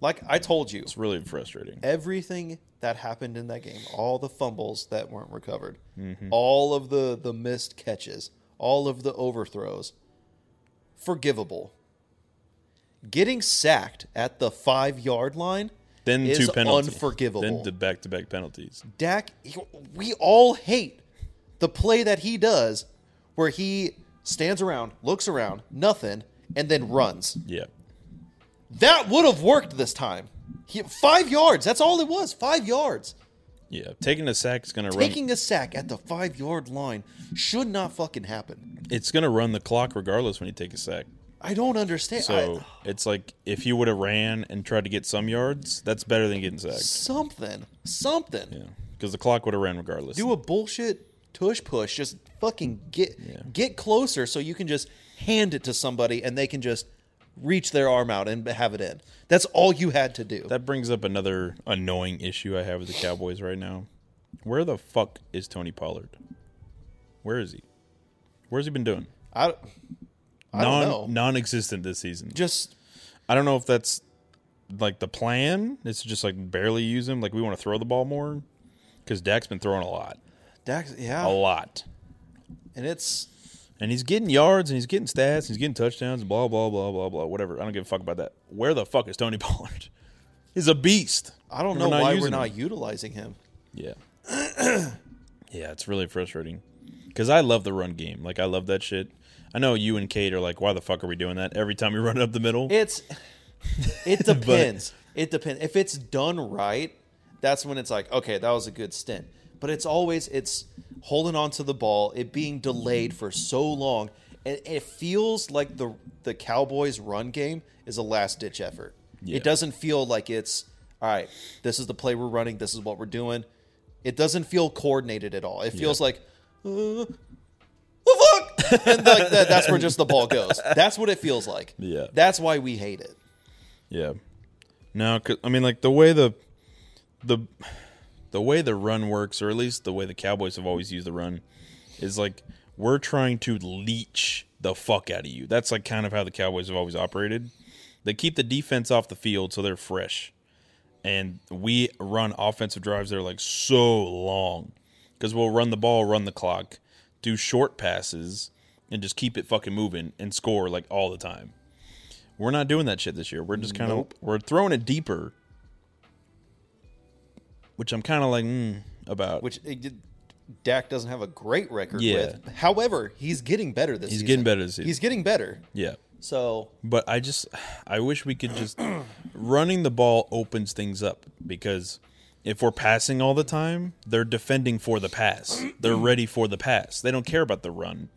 Speaker 1: like I told you,
Speaker 2: it's really frustrating.
Speaker 1: everything that happened in that game, all the fumbles that weren't recovered,
Speaker 2: Mm-hmm.
Speaker 1: all of the the missed catches, all of the overthrows, forgivable. Getting sacked at the five yard line,
Speaker 2: Then
Speaker 1: is
Speaker 2: two penalties.
Speaker 1: unforgivable.
Speaker 2: Then the back to back penalties.
Speaker 1: Dak, we all hate the play that he does, where he stands around, looks around, nothing, and then runs.
Speaker 2: Yeah.
Speaker 1: That would have worked this time. He, five yards. That's all it was. Five yards.
Speaker 2: Yeah. Taking a sack is gonna run
Speaker 1: Taking a sack at the five yard line should not fucking happen.
Speaker 2: it's gonna run the clock regardless when you take a sack.
Speaker 1: I don't understand.
Speaker 2: So
Speaker 1: I-
Speaker 2: it's like if you would have ran and tried to get some yards, that's better than getting sacked.
Speaker 1: something, something.
Speaker 2: Yeah. Because the clock would have ran regardless.
Speaker 1: Do a bullshit tush push. Just fucking get
Speaker 2: Yeah.
Speaker 1: get closer so you can just hand it to somebody and they can just reach their arm out and have it in. That's all you had to do.
Speaker 2: That brings up another annoying issue I have with the Cowboys right now. Where the fuck is Tony Pollard? Where is he? Where's he been doing?
Speaker 1: I, I
Speaker 2: non
Speaker 1: don't know.
Speaker 2: non-existent this season.
Speaker 1: Just
Speaker 2: I don't know if that's like the plan. It's just like barely use him. Like we want to throw the ball more because Dak's been throwing a lot,
Speaker 1: Dax, yeah,
Speaker 2: a lot,
Speaker 1: and it's
Speaker 2: and he's getting yards and he's getting stats and he's getting touchdowns. Blah blah blah blah blah. Whatever. I don't give a fuck about that. Where the fuck is Tony Pollard? He's a beast.
Speaker 1: I don't
Speaker 2: And
Speaker 1: know why we're
Speaker 2: using him.
Speaker 1: not utilizing him.
Speaker 2: Yeah. yeah, it's really frustrating. Because I love the run game. Like, I love that shit. I know you and Kate are like, why the fuck are we doing that every time we run it up the middle?
Speaker 1: It's it depends. it depends. If it's done right, that's when it's like, okay, that was a good stint. But it's always it's holding on to the ball, it being delayed for so long, and it feels like the the Cowboys run game is a last ditch effort.
Speaker 2: Yeah.
Speaker 1: It doesn't feel like it's all right, this is the play we're running, this is what we're doing. It doesn't feel coordinated at all. It feels like uh, "Oh, fuck? and like that, that's where just the ball goes. That's what it feels like.
Speaker 2: Yeah.
Speaker 1: That's why we hate it.
Speaker 2: yeah. No, 'cause- I mean, like, the way the. The the way the run works, or at least the way the Cowboys have always used the run, is like we're trying to leech the fuck out of you. That's like kind of how the Cowboys have always operated. They keep the defense off the field so they're fresh. And we run offensive drives that are like so long because we'll run the ball, run the clock, do short passes, and just keep it fucking moving and score like all the time. We're not doing that shit this year. We're just kind of we're throwing it deeper, which I'm kind of like mm, about.
Speaker 1: which it did- Dak doesn't have a great record
Speaker 2: Yeah.
Speaker 1: with. However, he's getting better this
Speaker 2: He's
Speaker 1: season.
Speaker 2: getting better this season.
Speaker 1: He's getting better.
Speaker 2: yeah.
Speaker 1: So
Speaker 2: But I just I wish we could just running the ball opens things up because if we're passing all the time, they're defending for the pass. They're ready for the pass. They don't care about the run.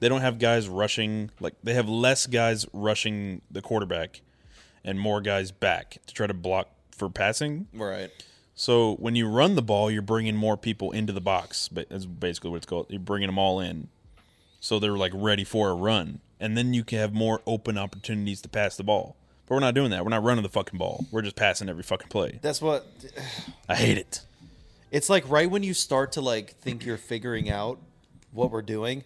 Speaker 2: They don't have guys rushing like they have less guys rushing the quarterback and more guys back to try to block for passing.
Speaker 1: Right.
Speaker 2: So when you run the ball, you're bringing more people into the box. ba- That's basically what it's called. You're bringing them all in, so they're like ready for a run, and then you can have more open opportunities to pass the ball. But we're not doing that. We're not running the fucking ball. We're just passing every fucking play.
Speaker 1: That's what
Speaker 2: I hate it.
Speaker 1: it's like right when you start to like think you're figuring out what we're doing,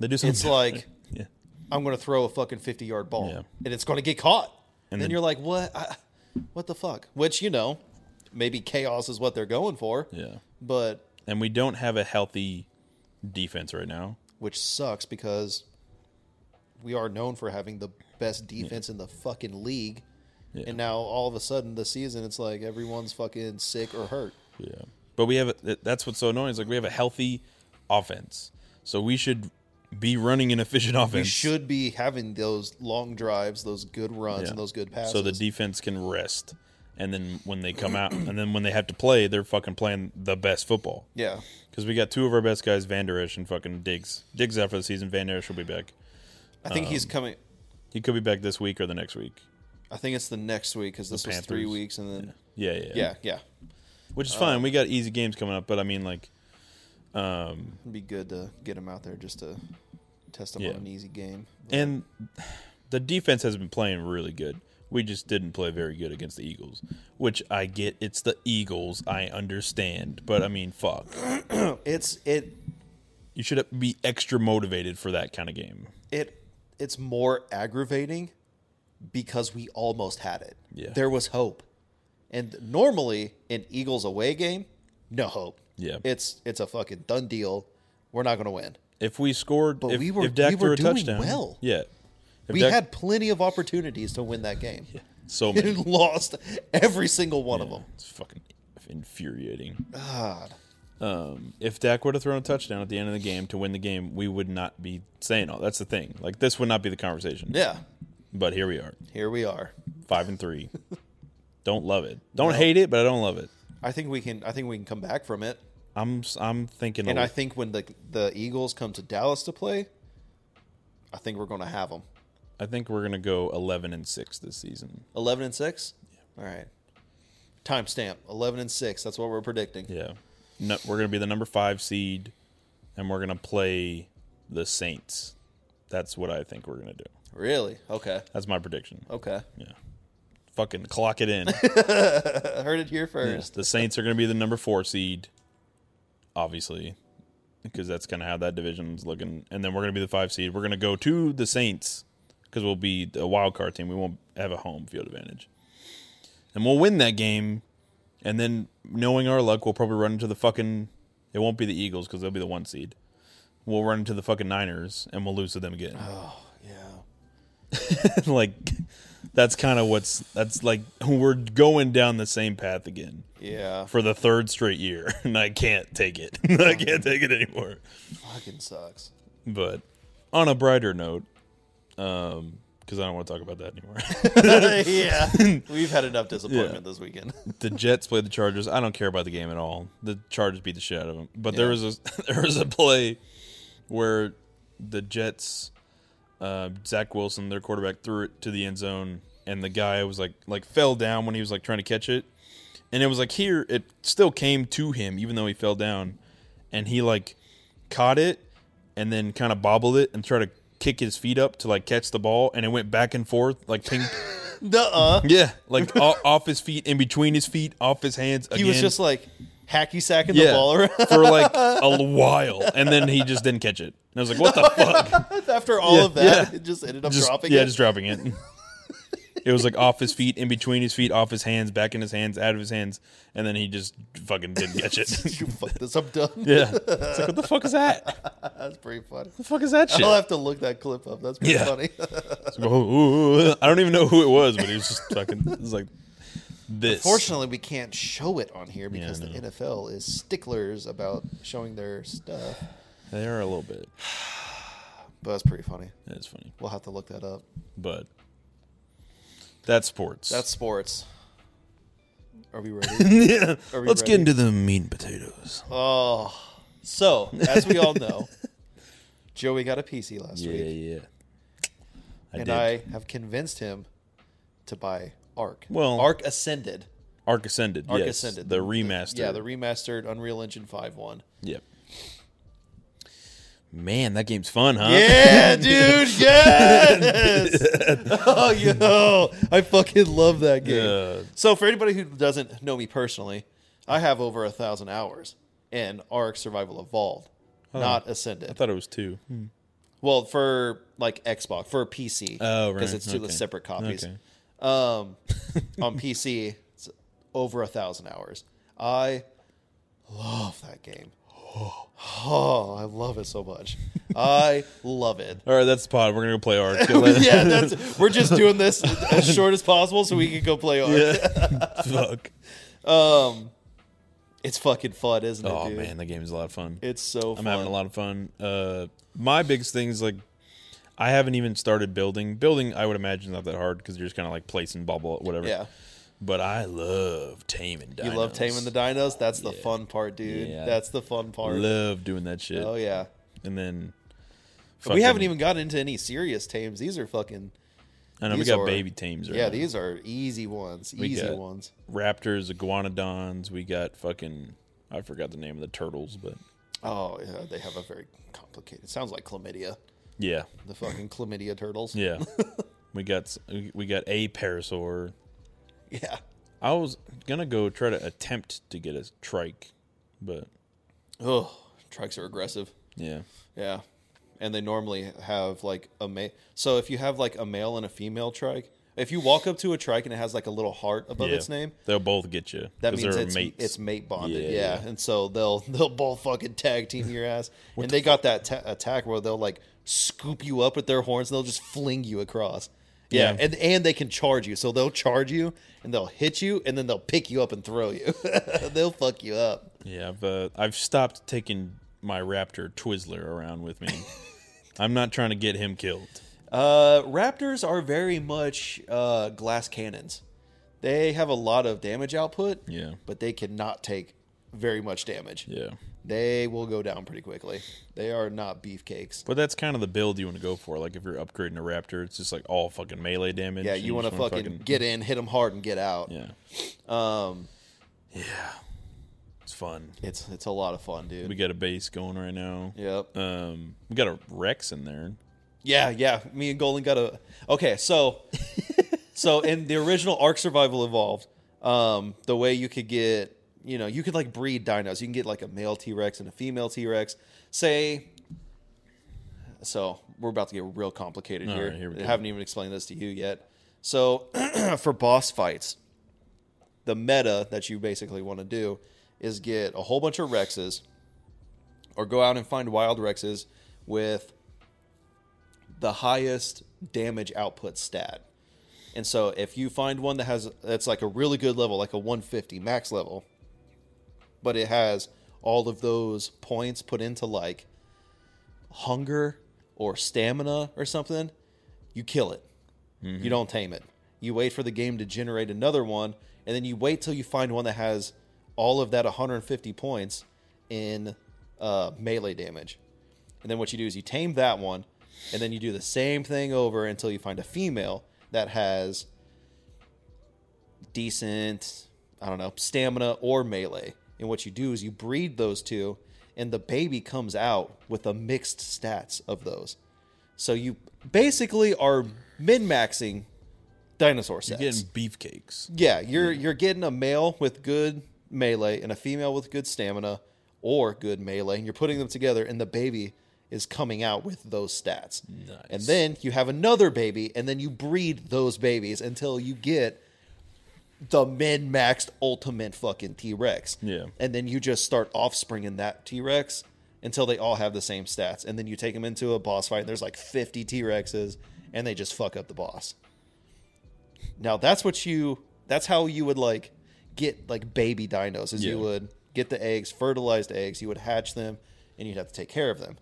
Speaker 2: They do something.
Speaker 1: it's like
Speaker 2: yeah,
Speaker 1: I'm going to throw a fucking 50 yard ball
Speaker 2: Yeah.
Speaker 1: and it's going to get caught. And then,
Speaker 2: then-
Speaker 1: you're like, what? I, what the fuck? Which, you know, maybe chaos is what they're going for,
Speaker 2: yeah.
Speaker 1: but
Speaker 2: And we don't have a healthy defense right now.
Speaker 1: which sucks because we are known for having the best defense in the fucking league.
Speaker 2: Yeah.
Speaker 1: And now all of a sudden this season, it's like everyone's fucking sick or hurt.
Speaker 2: Yeah. But we have a, that's what's so annoying is like we have a healthy offense, so we should be running an efficient offense.
Speaker 1: We should be having those long drives, those good runs,
Speaker 2: Yeah.
Speaker 1: and those good passes.
Speaker 2: So the defense can rest, and then when they come out, and then when they have to play, they're fucking playing the best football.
Speaker 1: yeah,
Speaker 2: Because we got two of our best guys, Van Der Esch and fucking Diggs. Diggs out for the season. Van Der Esch will be back.
Speaker 1: I think he's
Speaker 2: Um,
Speaker 1: coming.
Speaker 2: He could be back this week or the next week.
Speaker 1: I think it's the next week because this was three
Speaker 2: Panthers.
Speaker 1: weeks, and then
Speaker 2: Yeah, yeah,
Speaker 1: yeah, yeah,
Speaker 2: Which is fine. we got easy games coming up, but I mean, like, um,
Speaker 1: it'd be good to get him out there just to test him
Speaker 2: Yeah.
Speaker 1: on an easy game.
Speaker 2: and the defense has been playing really good. We just didn't play very good against the Eagles, which I get. It's the Eagles. I understand, but I mean, fuck.
Speaker 1: It's it
Speaker 2: You should be extra motivated for that kind of game.
Speaker 1: it it's more aggravating because we almost had it.
Speaker 2: Yeah.
Speaker 1: There was hope. And normally an Eagles away game, no hope.
Speaker 2: Yeah.
Speaker 1: It's it's a fucking done deal. We're not gonna win.
Speaker 2: If we scored,
Speaker 1: But
Speaker 2: if,
Speaker 1: we were-
Speaker 2: if Dak
Speaker 1: we
Speaker 2: threw
Speaker 1: were
Speaker 2: a
Speaker 1: doing
Speaker 2: touchdown,
Speaker 1: well.
Speaker 2: yeah, If
Speaker 1: we
Speaker 2: Dak-
Speaker 1: had plenty of opportunities to win that game.
Speaker 2: so many.
Speaker 1: and lost every single one of them.
Speaker 2: It's fucking infuriating.
Speaker 1: God.
Speaker 2: Um, if Dak would have thrown a touchdown at the end of the game to win the game, we would not be saying all. That's the thing. Like this would not be the conversation.
Speaker 1: Yeah.
Speaker 2: But here we are,
Speaker 1: Here we are.
Speaker 2: five and three. don't love it. Don't hate it, but I don't love it.
Speaker 1: I think we can I think we can come back from it.
Speaker 2: I'm s- I'm thinking.
Speaker 1: And
Speaker 2: a-
Speaker 1: I think when the the Eagles come to Dallas to play, I think we're gonna have them.
Speaker 2: I think we're gonna go eleven and six this season.
Speaker 1: 11 and 6? All right. Timestamp 11 and 6. That's what we're predicting.
Speaker 2: Yeah, no, we're gonna be the number five seed, and we're gonna play the Saints. That's what I think we're gonna do.
Speaker 1: Really? Okay.
Speaker 2: That's my prediction.
Speaker 1: Okay.
Speaker 2: Yeah. Fucking clock it in.
Speaker 1: I heard it here first.
Speaker 2: the Saints are going to be the number four seed, obviously, because that's kind of how that division's looking. And then we're going to be the five seed. We're going to go to the Saints because we'll be the wild card team. We won't have a home field advantage. And we'll win that game. And then, knowing our luck, we'll probably run into the fucking. It won't be the Eagles because they'll be the one seed. We'll run into the fucking Niners and we'll lose to them again.
Speaker 1: Yeah.
Speaker 2: like, that's kind of what's. That's like we're going down the same path again
Speaker 1: Yeah.
Speaker 2: for the third straight year, and I can't take it. I can't take it anymore.
Speaker 1: Fucking sucks.
Speaker 2: But on a brighter note, um, because I don't want to talk about that anymore.
Speaker 1: yeah. We've had enough disappointment
Speaker 2: Yeah.
Speaker 1: this weekend.
Speaker 2: the Jets played the Chargers. I don't care about the game at all. The Chargers beat the shit out of them. But there was a there was a play where the Jets, uh, Zach Wilson, their quarterback, threw it to the end zone, and the guy was like like fell down when he was like trying to catch it, and it was like here it still came to him even though he fell down, and he like caught it and then kind of bobbled it and tried to kick his feet up to like catch the ball, and it went back and forth like ping.
Speaker 1: Nuh-uh.
Speaker 2: Yeah, like o- off his feet, in between his feet, off his hands. Again.
Speaker 1: He was just like hacky sacking the
Speaker 2: yeah,
Speaker 1: ball around
Speaker 2: for like a while, and then he just didn't catch it. And I was like, "What the fuck?"
Speaker 1: after all
Speaker 2: Yeah,
Speaker 1: of that.
Speaker 2: yeah.
Speaker 1: It just ended up
Speaker 2: Just
Speaker 1: dropping
Speaker 2: yeah,
Speaker 1: it.
Speaker 2: just dropping it. It was like off his feet, in between his feet, off his hands, back in his hands, out of his hands, and then he just fucking didn't catch it.
Speaker 1: you fuck this up done.
Speaker 2: yeah, it's like, what the fuck is that? What
Speaker 1: That's pretty funny.
Speaker 2: the fuck is that shit?
Speaker 1: I'll have to look that clip up. That's pretty
Speaker 2: Yeah.
Speaker 1: funny.
Speaker 2: It's like, "Oh, ooh, ooh." I don't even know who it was, but he was just fucking. It was like this.
Speaker 1: Fortunately, we can't show it on here because
Speaker 2: I
Speaker 1: the NFL is sticklers about showing their stuff.
Speaker 2: they are a little bit.
Speaker 1: But that's pretty funny.
Speaker 2: It's funny,
Speaker 1: We'll have to look that up.
Speaker 2: but that's sports.
Speaker 1: That's sports. Are we ready?
Speaker 2: yeah.
Speaker 1: Are we
Speaker 2: Let's
Speaker 1: ready?
Speaker 2: get into the meat and potatoes.
Speaker 1: Oh, so as we all know, Joey got a PC last
Speaker 2: yeah,
Speaker 1: week,
Speaker 2: yeah. I
Speaker 1: and
Speaker 2: did.
Speaker 1: I have convinced him to buy Arc.
Speaker 2: Well-
Speaker 1: Arc Ascended.
Speaker 2: Arc Ascended.
Speaker 1: Arc
Speaker 2: yes.
Speaker 1: Ascended.
Speaker 2: The remaster.
Speaker 1: Yeah, the remastered Unreal Engine Five one.
Speaker 2: Yep. Man, that game's fun, huh?
Speaker 1: Yeah, dude. Yes. oh, yo, I fucking love that game.
Speaker 2: Yeah.
Speaker 1: So, for anybody who doesn't know me personally, I have over a thousand hours in Ark Survival Evolved,
Speaker 2: Oh.
Speaker 1: not Ascended.
Speaker 2: I thought it was two.
Speaker 1: Well, for like Xbox, for PC.
Speaker 2: Oh, right.
Speaker 1: Because it's two
Speaker 2: Okay.
Speaker 1: separate copies.
Speaker 2: Okay.
Speaker 1: Um, on PC, it's over a thousand hours. I love that game. Oh, I love it so much. I love it.
Speaker 2: All right, that's the pod. We're gonna go play Arc.
Speaker 1: yeah, that's, we're just doing this as short as possible so we can go play Ark.
Speaker 2: Fuck.
Speaker 1: Um, it's fucking fun, isn't it?
Speaker 2: Oh
Speaker 1: dude?
Speaker 2: man, that game is a lot of fun.
Speaker 1: it's so.
Speaker 2: I'm
Speaker 1: fun.
Speaker 2: having a lot of fun. Uh, my biggest thing is like, I haven't even started building. Building, I would imagine, is not that hard because you're just kind of like placing bubble, whatever.
Speaker 1: Yeah,
Speaker 2: But I love taming. Dinos.
Speaker 1: you love taming the dinos. That's the fun part, dude.
Speaker 2: Yeah.
Speaker 1: That's the fun part.
Speaker 2: Love doing that shit.
Speaker 1: oh yeah.
Speaker 2: And then.
Speaker 1: we haven't
Speaker 2: fucking-
Speaker 1: even gotten into any serious tames. These are fucking
Speaker 2: I know we
Speaker 1: these
Speaker 2: got
Speaker 1: are-
Speaker 2: baby tames. Right
Speaker 1: yeah.
Speaker 2: now.
Speaker 1: These are easy ones. Easy
Speaker 2: got-
Speaker 1: ones.
Speaker 2: raptors, iguanodons. We got fucking. I forgot the name of the turtles, but
Speaker 1: Oh yeah, they have a very complicated. Sounds like chlamydia.
Speaker 2: yeah,
Speaker 1: The fucking chlamydia turtles.
Speaker 2: yeah. we got s- we got a parasaur.
Speaker 1: Yeah.
Speaker 2: I was gonna go try to attempt to get a trike, but
Speaker 1: Oh, trikes are aggressive.
Speaker 2: yeah,
Speaker 1: Yeah. And they normally have like a male. So if you have like a male and a female trike, if you walk up to a trike and it has like a little heart above
Speaker 2: yeah.
Speaker 1: its name,
Speaker 2: They'll both get you.
Speaker 1: that
Speaker 2: 'cause
Speaker 1: means
Speaker 2: they're
Speaker 1: it's
Speaker 2: mates.
Speaker 1: it's mate bonded.
Speaker 2: Yeah,
Speaker 1: Yeah,
Speaker 2: yeah.
Speaker 1: And so they'll they'll both fucking tag team your ass. and they got that ta- attack where they'll like scoop you up with their horns and they'll just fling you across. Yeah,
Speaker 2: Yeah.
Speaker 1: and and they can charge you. So they'll charge you and they'll hit you and then they'll pick you up and throw you. they'll fuck you up.
Speaker 2: yeah. I've uh, I've stopped taking my raptor Twizzler around with me. I'm not trying to get him killed.
Speaker 1: Uh, Raptors are very much uh, glass cannons. They have a lot of damage output,
Speaker 2: Yeah,
Speaker 1: but they cannot take very much damage.
Speaker 2: yeah.
Speaker 1: They will go down pretty quickly. They are not beefcakes.
Speaker 2: But that's kind of the build you want to go for. Like if you're upgrading a raptor, it's just like all fucking melee damage.
Speaker 1: Yeah,
Speaker 2: and
Speaker 1: you want to
Speaker 2: just wanna
Speaker 1: fucking, get in, hit them hard, and get out.
Speaker 2: Yeah.
Speaker 1: Um,
Speaker 2: Yeah. It's fun.
Speaker 1: it's it's a lot of fun, dude.
Speaker 2: We got a base going right now.
Speaker 1: yep.
Speaker 2: Um, we got a Rex in there.
Speaker 1: Yeah, yeah. Me and Golan got a okay. So, so in the original Ark Survival Evolved, um, the way you could get, you know, you could like breed dinos. You can get like a male T Rex and a female T Rex. Say, so we're about to get real complicated
Speaker 2: All
Speaker 1: here.
Speaker 2: right, here we
Speaker 1: I
Speaker 2: go.
Speaker 1: haven't even explained this to you yet. So, for boss fights, the meta that you basically want to do is get a whole bunch of Rexes, or go out and find wild Rexes with the highest damage output stat. And so if you find one that has that's like a really good level, like a 150 max level, but it has all of those points put into like hunger or stamina or something, you kill it. You don't tame it. You wait for the game to generate another one, and then you wait till you find one that has all of that 150 points in uh, melee damage. And then what you do is you tame that one, and then you do the same thing over until you find a female that has decent, I don't know, stamina or melee. And what you do is you breed those two, and the baby comes out with the mixed stats of those. So you basically are min maxing dinosaur sets.
Speaker 2: Getting beefcakes.
Speaker 1: Yeah, you're you're getting a male with good melee and a female with good stamina or good melee, and you're putting them together, and the baby is coming out with those stats. And
Speaker 2: Nice.
Speaker 1: then you have another baby, and then you breed those babies until you get the min maxed ultimate fucking T Rex.
Speaker 2: Yeah.
Speaker 1: And then you just start offspringing that T Rex until they all have the same stats. And then you take them into a boss fight, and there's like 50 T Rexes, and they just fuck up the boss. Now that's what you that's how you would like get like baby dinos is you
Speaker 2: Yeah.
Speaker 1: would get the eggs, fertilized eggs, you would hatch them and you'd have to take care of them.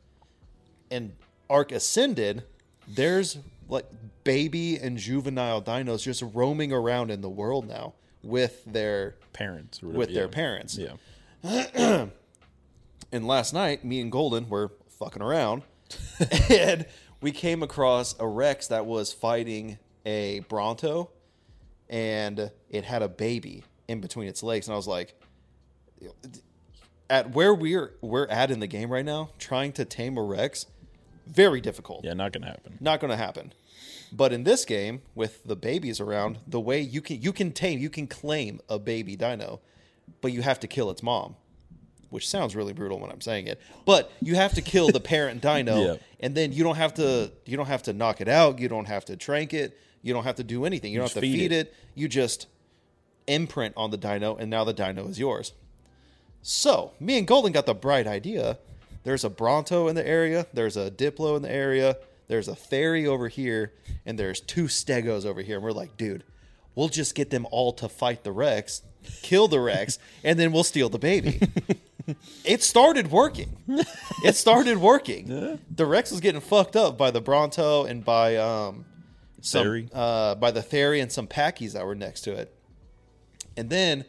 Speaker 1: And Ark Ascended, there's like baby and juvenile dinos just roaming around in the world now with their
Speaker 2: parents or whatever.
Speaker 1: with their
Speaker 2: yeah.
Speaker 1: parents.
Speaker 2: Yeah.
Speaker 1: And last night, me and Golden were fucking around, and we came across a Rex that was fighting a Bronto, and it had a baby in between its legs. And I was like, at where we're we're at in the game right now, trying to tame a Rex, very difficult.
Speaker 2: Yeah, not gonna happen.
Speaker 1: Not going to happen. But in this game, with the babies around, the way you can you can tame, you can claim a baby dino, but you have to kill its mom, which sounds really brutal when I'm saying it. But you have to kill the parent dino,
Speaker 2: Yeah.
Speaker 1: and then you don't have to you don't have to knock it out, you don't have to trank it, you don't have to do anything, you don't
Speaker 2: just
Speaker 1: have to
Speaker 2: feed
Speaker 1: feed
Speaker 2: it.
Speaker 1: it. You just imprint on the dino, and now the dino is yours. So, me and Golden got the bright idea. There's a Bronto in the area, there's a Diplo in the area, there's a Fairy over here, and there's two Stegos over here. And we're like, dude, we'll just get them all to fight the Rex, kill the Rex, and then we'll steal the baby. it started working. It started working. The Rex was getting fucked up by the Bronto and by um some,
Speaker 2: Fairy?
Speaker 1: uh by the Fairy and some Packies that were next to it. And then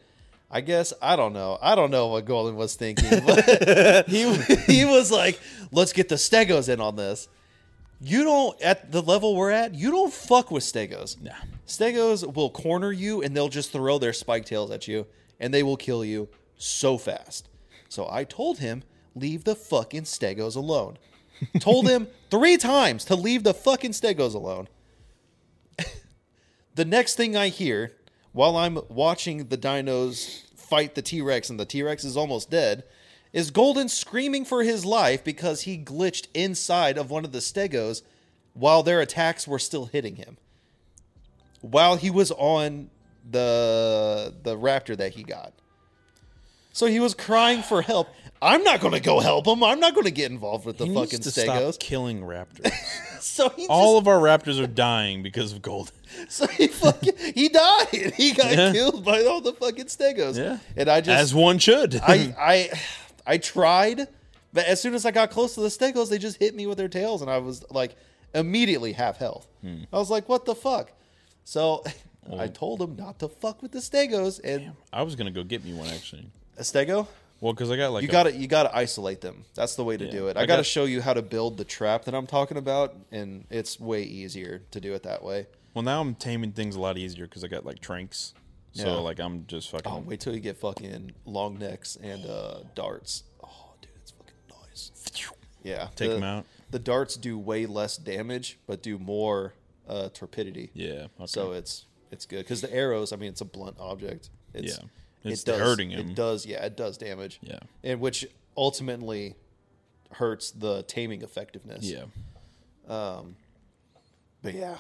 Speaker 1: I guess I don't know. I don't know what Golden was thinking, but he he was like, "Let's get the Stegos in on this." You don't at the level we're at. You don't fuck with Stegos.
Speaker 2: Nah.
Speaker 1: Stegos will corner you and they'll just throw their spike tails at you and they will kill you so fast. So I told him, "Leave the fucking Stegos alone." told him 3 times to leave the fucking Stegos alone. The next thing I hear while I'm watching the dinos fight the T Rex and the T Rex is almost dead is Golden screaming for his life because he glitched inside of one of the stegos while their attacks were still hitting him. While he was on the the raptor that he got. So he was crying for help. I'm not going to go help him. I'm not going to get involved with the
Speaker 2: He
Speaker 1: fucking
Speaker 2: needs to
Speaker 1: stegos.
Speaker 2: stop killing raptors.
Speaker 1: So he just
Speaker 2: All of our raptors are dying because of Golden.
Speaker 1: So he fucking he died. He got
Speaker 2: Yeah.
Speaker 1: killed by all the fucking stegos.
Speaker 2: Yeah.
Speaker 1: And I just
Speaker 2: As one should.
Speaker 1: I I I tried, but as soon as I got close to the stegos, they just hit me with their tails and I was like immediately half health.
Speaker 2: Hmm.
Speaker 1: I was like, what the fuck? So I told him not to fuck with the stegos and
Speaker 2: I was gonna go get me one actually.
Speaker 1: a stego.
Speaker 2: Well, because I got like
Speaker 1: You
Speaker 2: a-
Speaker 1: gotta you gotta isolate them. That's the way to do it. I,
Speaker 2: I
Speaker 1: gotta
Speaker 2: got-
Speaker 1: show you how to build the trap that I'm talking about, and it's way easier to do it that way.
Speaker 2: Well, now I'm taming things a lot easier because I got like tranks. So
Speaker 1: Yeah.
Speaker 2: like I'm just fucking.
Speaker 1: Oh, wait till you get fucking long necks and uh, darts. Oh, dude, it's fucking nice. Yeah,
Speaker 2: Take
Speaker 1: the-
Speaker 2: 'em out.
Speaker 1: The darts do way less damage, but do more uh, torpidity.
Speaker 2: Yeah. Okay.
Speaker 1: So it's it's good because the arrows. I mean, it's a blunt object. It's,
Speaker 2: Yeah. It's hurting him.
Speaker 1: It does. Yeah, it does damage.
Speaker 2: Yeah.
Speaker 1: and which ultimately hurts the taming effectiveness.
Speaker 2: yeah.
Speaker 1: but yeah,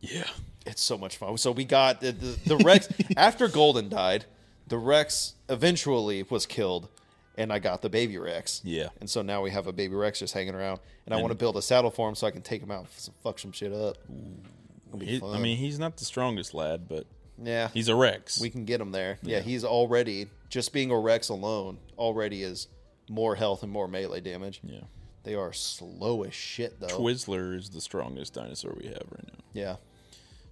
Speaker 2: Yeah.
Speaker 1: it's so much fun. So we got the, the, the Rex after Golden died. The Rex eventually was killed, and I got the baby Rex.
Speaker 2: Yeah.
Speaker 1: and so now we have a baby Rex just hanging around, and, I want to build a saddle for him so I can take him out and f- fuck some shit up. It'll be
Speaker 2: He- I
Speaker 1: fun.
Speaker 2: mean, he's not the strongest lad, but
Speaker 1: yeah,
Speaker 2: he's a Rex.
Speaker 1: we can get him there. Yeah. he's already just being a Rex alone already is more health and more melee damage.
Speaker 2: yeah.
Speaker 1: They are slow as shit though.
Speaker 2: Twizzler is the strongest dinosaur we have right now.
Speaker 1: yeah,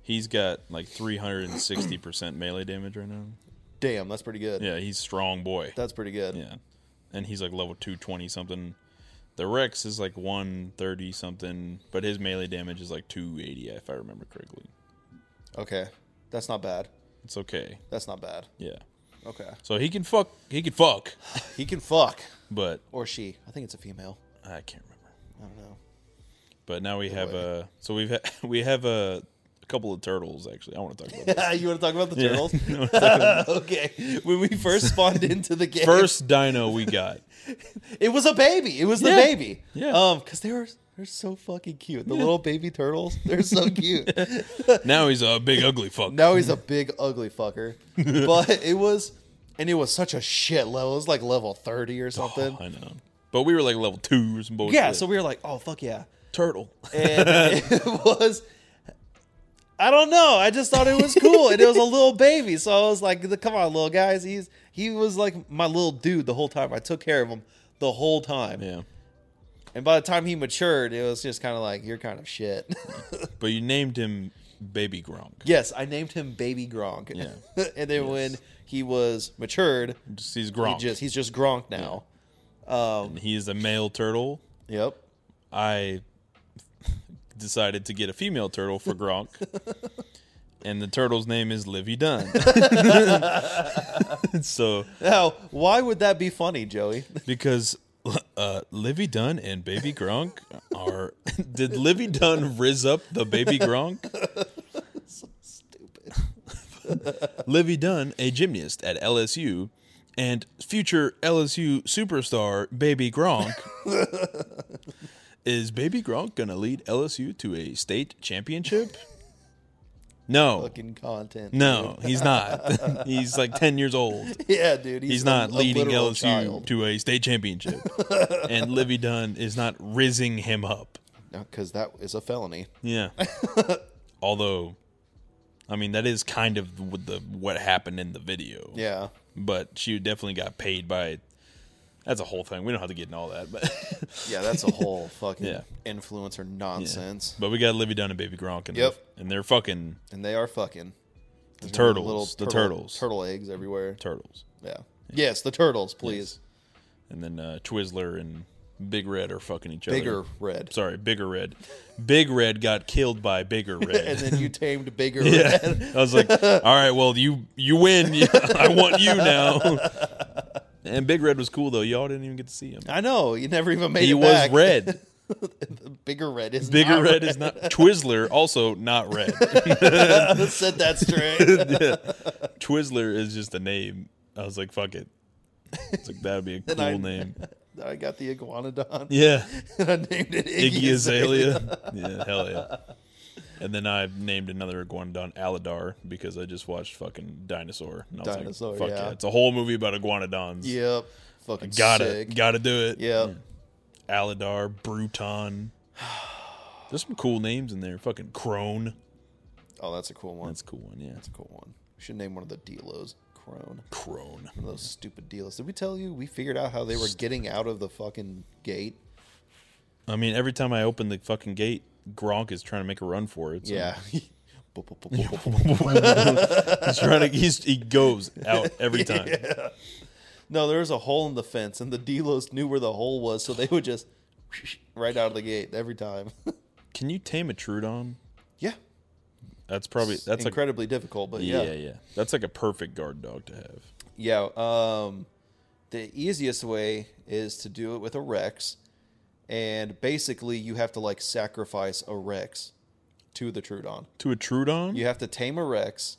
Speaker 2: He's got like 360% melee damage right now.
Speaker 1: damn, that's pretty good.
Speaker 2: Yeah, he's strong boy.
Speaker 1: That's pretty good.
Speaker 2: Yeah. And he's like level 220 something. The Rex is like 130 something, but his melee damage is like 280 if I remember correctly.
Speaker 1: Okay, that's not bad.
Speaker 2: It's okay.
Speaker 1: That's not bad.
Speaker 2: Yeah.
Speaker 1: Okay.
Speaker 2: So he can fuck. He can fuck,
Speaker 1: He can fuck.
Speaker 2: but
Speaker 1: Or she. I think it's a female.
Speaker 2: I can't remember.
Speaker 1: I don't know.
Speaker 2: But now we have
Speaker 1: way.
Speaker 2: uh So we've ha- we have a, a couple of turtles. Actually, I want to talk about that.
Speaker 1: you want to talk about the
Speaker 2: Yeah.
Speaker 1: turtles? okay. When we first spawned into the game,
Speaker 2: First dino we got.
Speaker 1: it was a baby. It was the
Speaker 2: Yeah.
Speaker 1: baby.
Speaker 2: Yeah.
Speaker 1: Um, because they were they're so fucking cute. The little baby turtles. They're so cute.
Speaker 2: Now he's a big ugly fuck.
Speaker 1: Now he's a big ugly fucker. But it was, and it was such a shit level. It was like level thirty or something.
Speaker 2: Oh, I know. But we were like level two or some bullshit.
Speaker 1: yeah. So we were like, oh fuck yeah.
Speaker 2: turtle.
Speaker 1: and it was I don't know. I just thought it was cool, and it was a little baby, so I was like, "Come on, little guys." He's he was like my little dude the whole time. I took care of him the whole time,
Speaker 2: Yeah.
Speaker 1: and by the time he matured, it was just kind of like you're kind of shit.
Speaker 2: But you named him Baby Gronk.
Speaker 1: Yes, I named him Baby Gronk.
Speaker 2: Yeah.
Speaker 1: and then when he was matured,
Speaker 2: Just- He's
Speaker 1: he
Speaker 2: Gronk.
Speaker 1: just he's just Gronk now.
Speaker 2: And he is a male turtle.
Speaker 1: Yep.
Speaker 2: I decided to get a female turtle for Gronk. and the turtle's name is Livy Dunn. so
Speaker 1: Now, why would that be funny, Joey?
Speaker 2: because uh, Livy Dunn and Baby Gronk are did Livy Dunn riz up the Baby Gronk?
Speaker 1: Stupid.
Speaker 2: Livy Dunn, a gymnast at LSU, and future LSU superstar Baby Gronk. is Baby Gronk going to lead LSU to a state championship? No.
Speaker 1: Fucking content.
Speaker 2: No, he's not. he's like 10 years old.
Speaker 1: Yeah, dude. He's,
Speaker 2: He's not
Speaker 1: a- a
Speaker 2: leading
Speaker 1: literal
Speaker 2: LSU
Speaker 1: child.
Speaker 2: to a state championship. and Livy Dunn is not rizzing him up.
Speaker 1: because that is a felony.
Speaker 2: Yeah. Although, I mean, that is kind of what, the, what happened in the video
Speaker 1: Yeah.
Speaker 2: but she definitely got paid by. That's a whole thing. We don't have to get into all that, but
Speaker 1: Yeah, that's a whole fucking
Speaker 2: Yeah.
Speaker 1: influencer nonsense.
Speaker 2: But we got Livy Dunn and Baby Gronk, and
Speaker 1: Yep.
Speaker 2: they're, and they're fucking
Speaker 1: And they are fucking.
Speaker 2: the
Speaker 1: There's gonna be
Speaker 2: turtles, the
Speaker 1: turtle-
Speaker 2: turtles,
Speaker 1: Turtle eggs everywhere.
Speaker 2: turtles,
Speaker 1: Yeah. Yes, the turtles, please.
Speaker 2: and then uh, Twizzler and Big Red are fucking each
Speaker 1: Bigger
Speaker 2: other.
Speaker 1: red.
Speaker 2: Sorry, Bigger Red. Big Red got killed by Bigger Red.
Speaker 1: And then you tamed bigger
Speaker 2: yeah,
Speaker 1: red.
Speaker 2: I was like, all right, well, you you win. I want you now. and Big Red was cool though. Y'all didn't even get to see him.
Speaker 1: I know. You never even made
Speaker 2: He
Speaker 1: it
Speaker 2: was
Speaker 1: back.
Speaker 2: red.
Speaker 1: bigger red is
Speaker 2: Bigger
Speaker 1: not
Speaker 2: red is not Twizzler. Also not red.
Speaker 1: red. Said that straight.
Speaker 2: Twizzler is just a name. I was like, fuck it. It's like that'd be a cool
Speaker 1: I-
Speaker 2: name.
Speaker 1: I got the iguanodon.
Speaker 2: Yeah.
Speaker 1: and I named it Iggy,
Speaker 2: Iggy Azalea. yeah, hell yeah. And then I named another iguanodon Aladar because I just watched fucking Dinosaur. And I was
Speaker 1: Dinosaur,
Speaker 2: like, fuck
Speaker 1: yeah.
Speaker 2: It's a whole movie about iguanodons.
Speaker 1: Yep. Fucking
Speaker 2: Gotta
Speaker 1: sick.
Speaker 2: gotta do it.
Speaker 1: Yep.
Speaker 2: Aladar, Bruton. There's some cool names in there. Fucking Crone.
Speaker 1: Oh, that's a cool one.
Speaker 2: That's
Speaker 1: That's
Speaker 2: a cool one, yeah.
Speaker 1: a cool one. We should name one of the delos Crone.
Speaker 2: Crone.
Speaker 1: One of those stupid delos. Did we tell you we figured out how they were getting out of the fucking gate?
Speaker 2: I mean, every time I open the fucking gate, Gronk is trying to make a run for it. so-
Speaker 1: Yeah. Bo- bo- bo- bo- bo- bo-
Speaker 2: He's trying to. He's, he goes out every time.
Speaker 1: no, there was a hole in the fence, and the delos knew where the hole was, so they would just right out of the gate every time.
Speaker 2: Can you tame a Trudon?
Speaker 1: yeah.
Speaker 2: That's probably that's like
Speaker 1: incredibly difficult, but
Speaker 2: yeah, yeah,
Speaker 1: yeah.
Speaker 2: That's like a perfect guard dog to have.
Speaker 1: Yeah. Um, the easiest way is to do it with a Rex, and basically you have to like sacrifice a Rex to the Trudon.
Speaker 2: To a Trudon,
Speaker 1: You have to tame a Rex,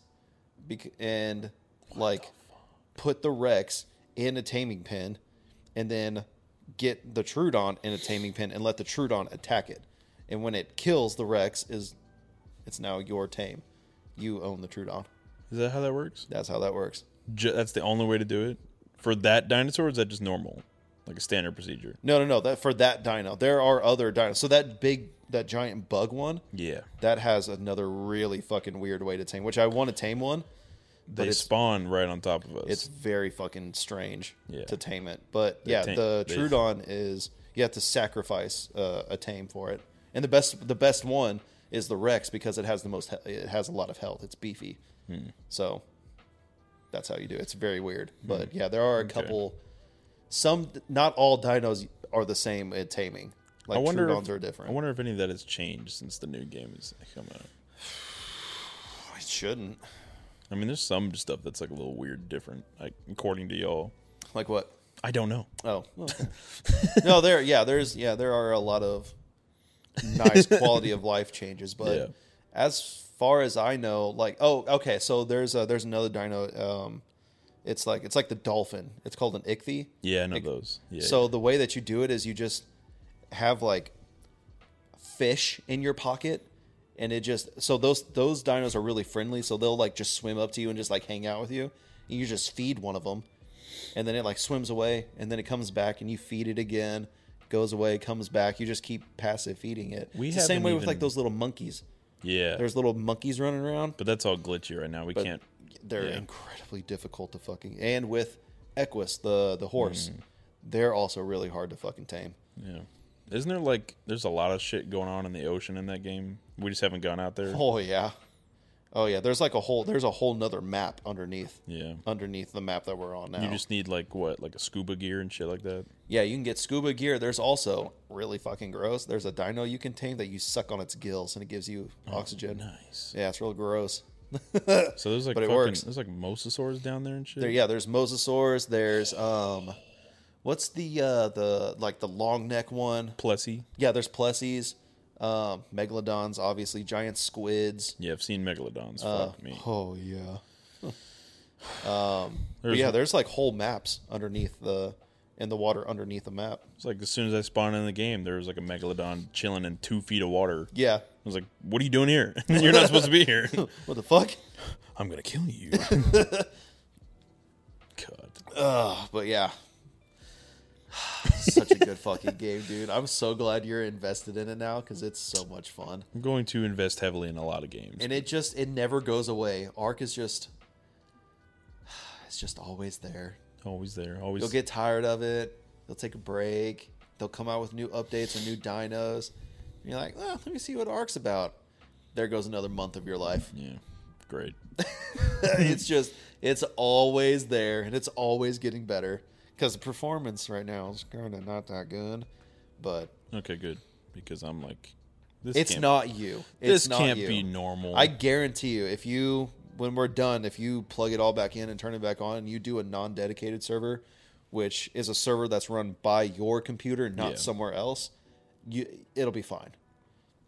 Speaker 1: bec- and like put the Rex in a taming pen, and then get the Trudon in a taming pen and let the Trudon attack it. And when it kills the Rex, is it's now your tame. You own the Trudon.
Speaker 2: is that how that works?
Speaker 1: That's how that works.
Speaker 2: Ju- that's the only way to do it for that dinosaur. Is that just normal, like a standard procedure?
Speaker 1: No, no, no. That for that dino. There are other dinos. So that big, that giant bug one,
Speaker 2: Yeah,
Speaker 1: that has another really fucking weird way to tame. Which I want to tame one.
Speaker 2: they
Speaker 1: it's-
Speaker 2: spawn right on top of us.
Speaker 1: It's very fucking strange
Speaker 2: Yeah.
Speaker 1: to tame it. But yeah,
Speaker 2: tame-
Speaker 1: the
Speaker 2: they-
Speaker 1: Trudon is you have to sacrifice uh, a tame for it. And the best, the best one is the Rex because it has the most. he- It has a lot of health. It's beefy.
Speaker 2: Hmm.
Speaker 1: So that's how you do it. It's very weird. But yeah, there are a couple. Some, not all dinos are the same at taming. Like
Speaker 2: I wonder.
Speaker 1: Trudons
Speaker 2: If,
Speaker 1: are different.
Speaker 2: I wonder if any of that has changed since the new game has come out.
Speaker 1: I shouldn't.
Speaker 2: I mean, there's some stuff that's like a little weird, different. Like according to y'all,
Speaker 1: Like what?
Speaker 2: I don't know.
Speaker 1: Oh, okay. no, there. Yeah, there's. Yeah, there are a lot of nice quality of life changes, but
Speaker 2: Yeah.
Speaker 1: as far as I know, like, oh, okay. So there's a, there's another dino. Um, it's like it's like the dolphin. It's called an ichthy.
Speaker 2: Yeah, I know
Speaker 1: Like,
Speaker 2: those. Yeah,
Speaker 1: so the way that you do it is you just have like fish in your pocket and it just so those those dinos are really friendly so they'll like just swim up to you and just like hang out with you and you just feed one of them and then it like swims away and then it comes back and you feed it again goes away comes back you just keep passive feeding it
Speaker 2: We
Speaker 1: it's the same
Speaker 2: haven't
Speaker 1: way with like
Speaker 2: even-
Speaker 1: those little monkeys
Speaker 2: yeah.
Speaker 1: there's little monkeys running around
Speaker 2: but that's all glitchy right now. We
Speaker 1: but
Speaker 2: can't.
Speaker 1: they're
Speaker 2: yeah.
Speaker 1: incredibly difficult to fucking and with equus the the horse
Speaker 2: Mm.
Speaker 1: they're also really hard to fucking tame
Speaker 2: Yeah. Isn't there like there's a lot of shit going on in the ocean in that game? We just haven't gone out there.
Speaker 1: oh yeah Oh yeah, there's like a whole there's a whole nother map underneath
Speaker 2: Yeah.
Speaker 1: underneath the map that we're on now.
Speaker 2: You just need like what, like a scuba gear and shit like that.
Speaker 1: yeah, you can get scuba gear. There's also really fucking gross. There's a dino you can tame that you suck on its gills and it gives you oxygen.
Speaker 2: Oh, Nice.
Speaker 1: Yeah, it's real gross.
Speaker 2: So there's like
Speaker 1: But it
Speaker 2: fucking,
Speaker 1: works.
Speaker 2: there's like mosasaurs down there and shit.
Speaker 1: There, yeah, there's mosasaurs. There's um, what's the uh the like the long neck one?
Speaker 2: Plessy.
Speaker 1: Yeah, there's plessies, um, megalodons, obviously giant squids.
Speaker 2: Yeah, I've seen megalodons. Fuck me.
Speaker 1: Oh yeah. But
Speaker 2: There's,
Speaker 1: yeah, there's like whole maps underneath the in the water underneath the map.
Speaker 2: It's like as soon as I spawned in the game, there was like a megalodon chilling in two feet of water.
Speaker 1: Yeah.
Speaker 2: I was like, "What are you doing here? You're not supposed to be here."
Speaker 1: What the fuck?
Speaker 2: I'm gonna kill you. God.
Speaker 1: Ugh, but yeah. Such a good fucking game, dude. I'm so glad you're invested in it now because it's so much fun.
Speaker 2: I'm going to invest heavily in a lot of games.
Speaker 1: And it just it never goes away. Ark is just it's just always there.
Speaker 2: always there. Always.
Speaker 1: You'll get tired of it. You'll take a break. They'll come out with new updates or new dinos. And you're like, oh, let me see what Ark's about. There goes another month of your life.
Speaker 2: Yeah. Great.
Speaker 1: it's just it's always there and it's always getting better because the performance right now is kind of not that good but
Speaker 2: Okay. Good. Because I'm like, this.
Speaker 1: it's
Speaker 2: can't,
Speaker 1: not you it's
Speaker 2: This
Speaker 1: not
Speaker 2: can't
Speaker 1: you.
Speaker 2: be normal.
Speaker 1: i guarantee you if you when we're done if you plug it all back in and turn it back on and you do a non-dedicated server which is a server that's run by your computer not
Speaker 2: Yeah.
Speaker 1: somewhere else you it'll be fine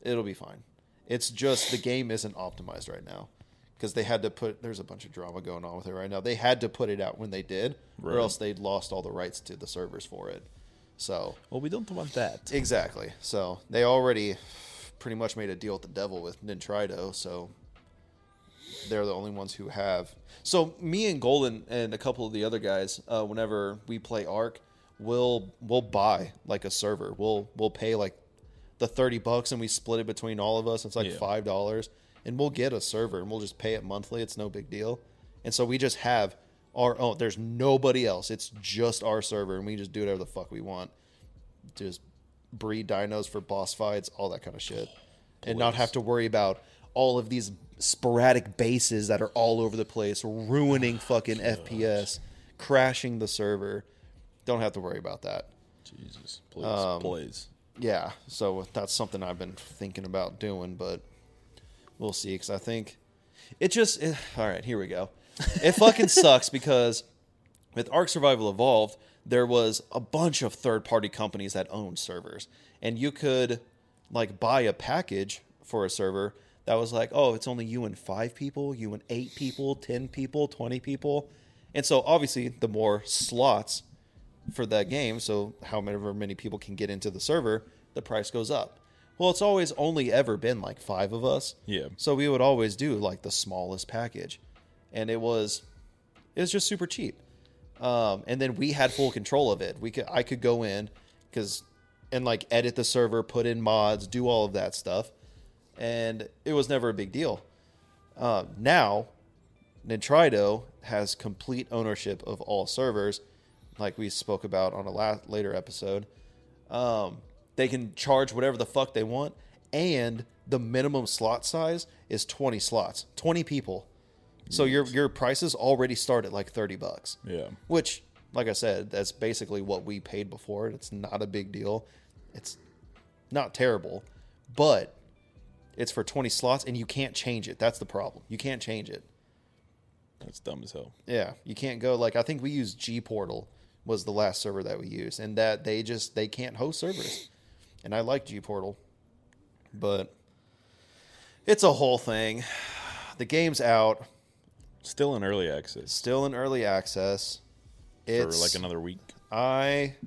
Speaker 1: it'll be fine it's just the game isn't optimized right now because they had to put there's a bunch of drama going on with it right now they had to put it out when they did
Speaker 2: Right.
Speaker 1: or else they'd lost all the rights to the servers for it so
Speaker 2: Well, we don't want that.
Speaker 1: exactly so they already pretty much made a deal with the devil with nintrido so they're the only ones who have so me and golden and a couple of the other guys uh, whenever we play arc we'll we'll buy like a server we'll we'll pay like the 30 bucks and we split it between all of us it's like
Speaker 2: Yeah.
Speaker 1: five dollars and we'll get a server and we'll just pay it monthly it's no big deal and so we just have our own there's nobody else it's just our server and we just do whatever the fuck we want just breed dinos for boss fights all that kind of shit and not have to worry about all of these sporadic bases that are all over the place, ruining fucking FPS, crashing the server. Don't have to worry about that.
Speaker 2: Jesus. Please.
Speaker 1: Um,
Speaker 2: please.
Speaker 1: Yeah, so that's something I've been thinking about doing, but we'll see. Because I think it just it- all right. Here we go. It fucking sucks because with Ark Survival Evolved, there was a bunch of third-party companies that owned servers, and you could like buy a package for a server that was like, oh, it's only you and five people, you and eight people, ten people, twenty people, and so obviously the more slots for that game, so however many people can get into the server, the price goes up. Well, it's always only ever been like five of us.
Speaker 2: Yeah.
Speaker 1: So we would always do like the smallest package, and it was, it was just super cheap. Um, and then we had full control of it. We could, I could go in, because, and like edit the server, put in mods, do all of that stuff, and it was never a big deal. Uh, now Nintrido has complete ownership of all servers, like we spoke about on a la- later episode. Um, they can charge whatever the fuck they want, and the minimum slot size is 20 slots, 20 people. So your your prices already start at like 30 bucks.
Speaker 2: Yeah.
Speaker 1: Which, like I said, that's basically what we paid before. and It's not a big deal. It's not terrible, but it's for 20 slots and you can't change it. That's the problem. You can't change it.
Speaker 2: That's dumb as hell.
Speaker 1: Yeah, you can't go like I think we used G Portal was the last server that we used, and that they just they can't host servers. And I like G Portal, but it's a whole thing. The game's out,
Speaker 2: Still in early access
Speaker 1: still in early access. It's
Speaker 2: for like another week.
Speaker 1: I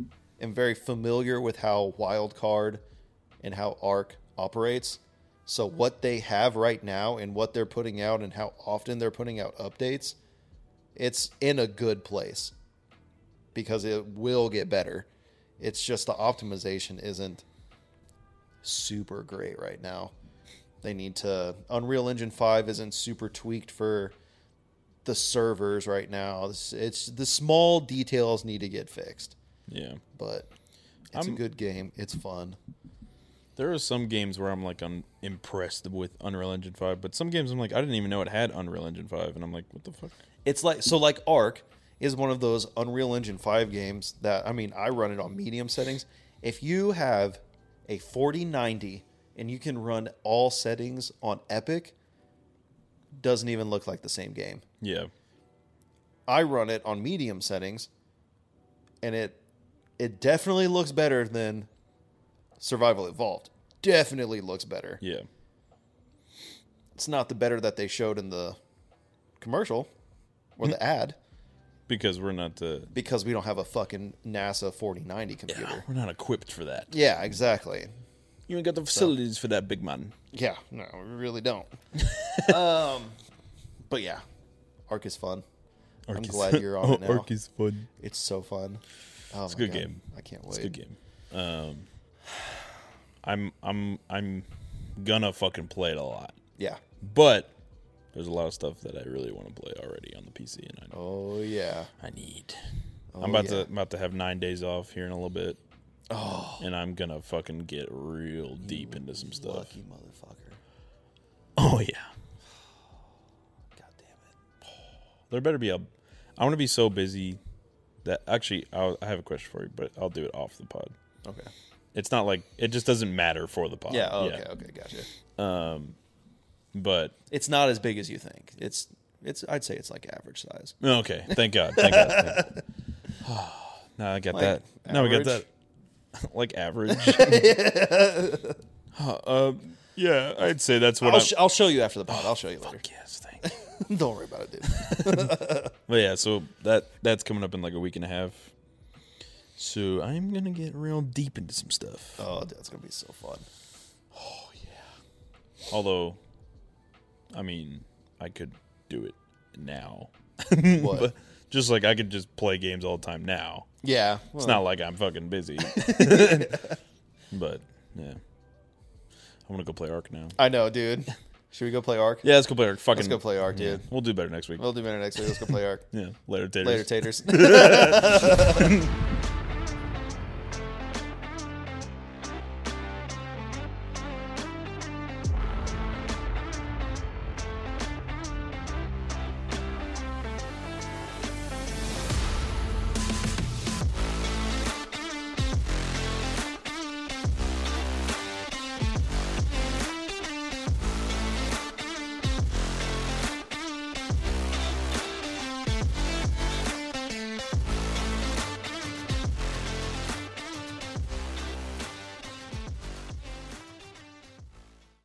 Speaker 1: am very familiar with how Wildcard and how Arc operates. So what they have right now and what they're putting out and how often they're putting out updates, it's in a good place because it will get better. It's just the optimization isn't super great right now. They need to Unreal Engine 5 isn't super tweaked for the servers right now. It's, it's the small details need to get fixed,
Speaker 2: Yeah.
Speaker 1: but it's
Speaker 2: I'm-
Speaker 1: a good game. It's fun.
Speaker 2: there are some games where I'm like I'm impressed with Unreal Engine 5, but some games I'm like I didn't even know it had Unreal Engine 5 and I'm like what the fuck?
Speaker 1: It's like so like Arc is one of those Unreal Engine 5 games that I mean I run it on medium settings. If you have a 4090 and you can run all settings on Epic, doesn't even look like the same game.
Speaker 2: Yeah.
Speaker 1: I run it on medium settings and it it definitely looks better than Survival Evolved. Definitely looks better.
Speaker 2: Yeah.
Speaker 1: It's not the better that they showed in the commercial or the ad.
Speaker 2: Because we're not uh, the
Speaker 1: because we don't have a fucking NASA 4090 computer.
Speaker 2: we're not equipped for that.
Speaker 1: Yeah, exactly.
Speaker 2: You ain't got the facilities for that, big man.
Speaker 1: Yeah, no, we really don't. um, but yeah, Arc is fun. I'm glad you're on it now.
Speaker 2: Ark is fun.
Speaker 1: It's so fun. Oh it's
Speaker 2: a good game.
Speaker 1: I can't wait.
Speaker 2: It's a good game. Um, I'm I'm I'm gonna fucking play it a lot,
Speaker 1: Yeah.
Speaker 2: but there's a lot of stuff that I really want to play already on the PC, and I
Speaker 1: Oh yeah.
Speaker 2: I need. I'm about
Speaker 1: Oh, yeah.
Speaker 2: to I'm about to have nine days off here in a little bit. Oh, and I'm gonna fucking get real deep into some stuff.
Speaker 1: Lucky motherfucker.
Speaker 2: Oh yeah,
Speaker 1: God damn
Speaker 2: there better be a. I want to be so busy that actually I'll, I have a question for you, but I'll do it off the pod.
Speaker 1: it. Okay.
Speaker 2: It's not like it just doesn't matter for the pod.
Speaker 1: Yeah. oh, Okay. Okay. Gotcha.
Speaker 2: But
Speaker 1: It's not as big as you think. It's it's. I'd say it's like average size.
Speaker 2: Okay, thank God. Thank God. Thank God. now I got
Speaker 1: Like
Speaker 2: that. Now we got
Speaker 1: average?
Speaker 2: that. like average. Huh, um, yeah, I'd say that's what
Speaker 1: I'll,
Speaker 2: I'm.
Speaker 1: sh- I'll show you after the pod. I'll show you later.
Speaker 2: yes, thank you.
Speaker 1: Don't worry about it, dude.
Speaker 2: but yeah, so that that's coming up in like a week and a half. So I'm gonna get real deep into some stuff.
Speaker 1: Oh, dude, that's gonna be so fun.
Speaker 2: Although, I mean, I could do it now.
Speaker 1: What?
Speaker 2: But just like I could just play games all the time now.
Speaker 1: yeah.
Speaker 2: It's not like I'm fucking busy. but yeah. I want to go play Ark now.
Speaker 1: I know, dude. Should we go play Ark?
Speaker 2: Yeah, let's go play Ark. Fucking
Speaker 1: Let's go play Ark,
Speaker 2: Yeah,
Speaker 1: dude.
Speaker 2: We'll do better next week.
Speaker 1: We'll do better next week. Let's go play Ark.
Speaker 2: yeah. Later taters.
Speaker 1: Later, taters.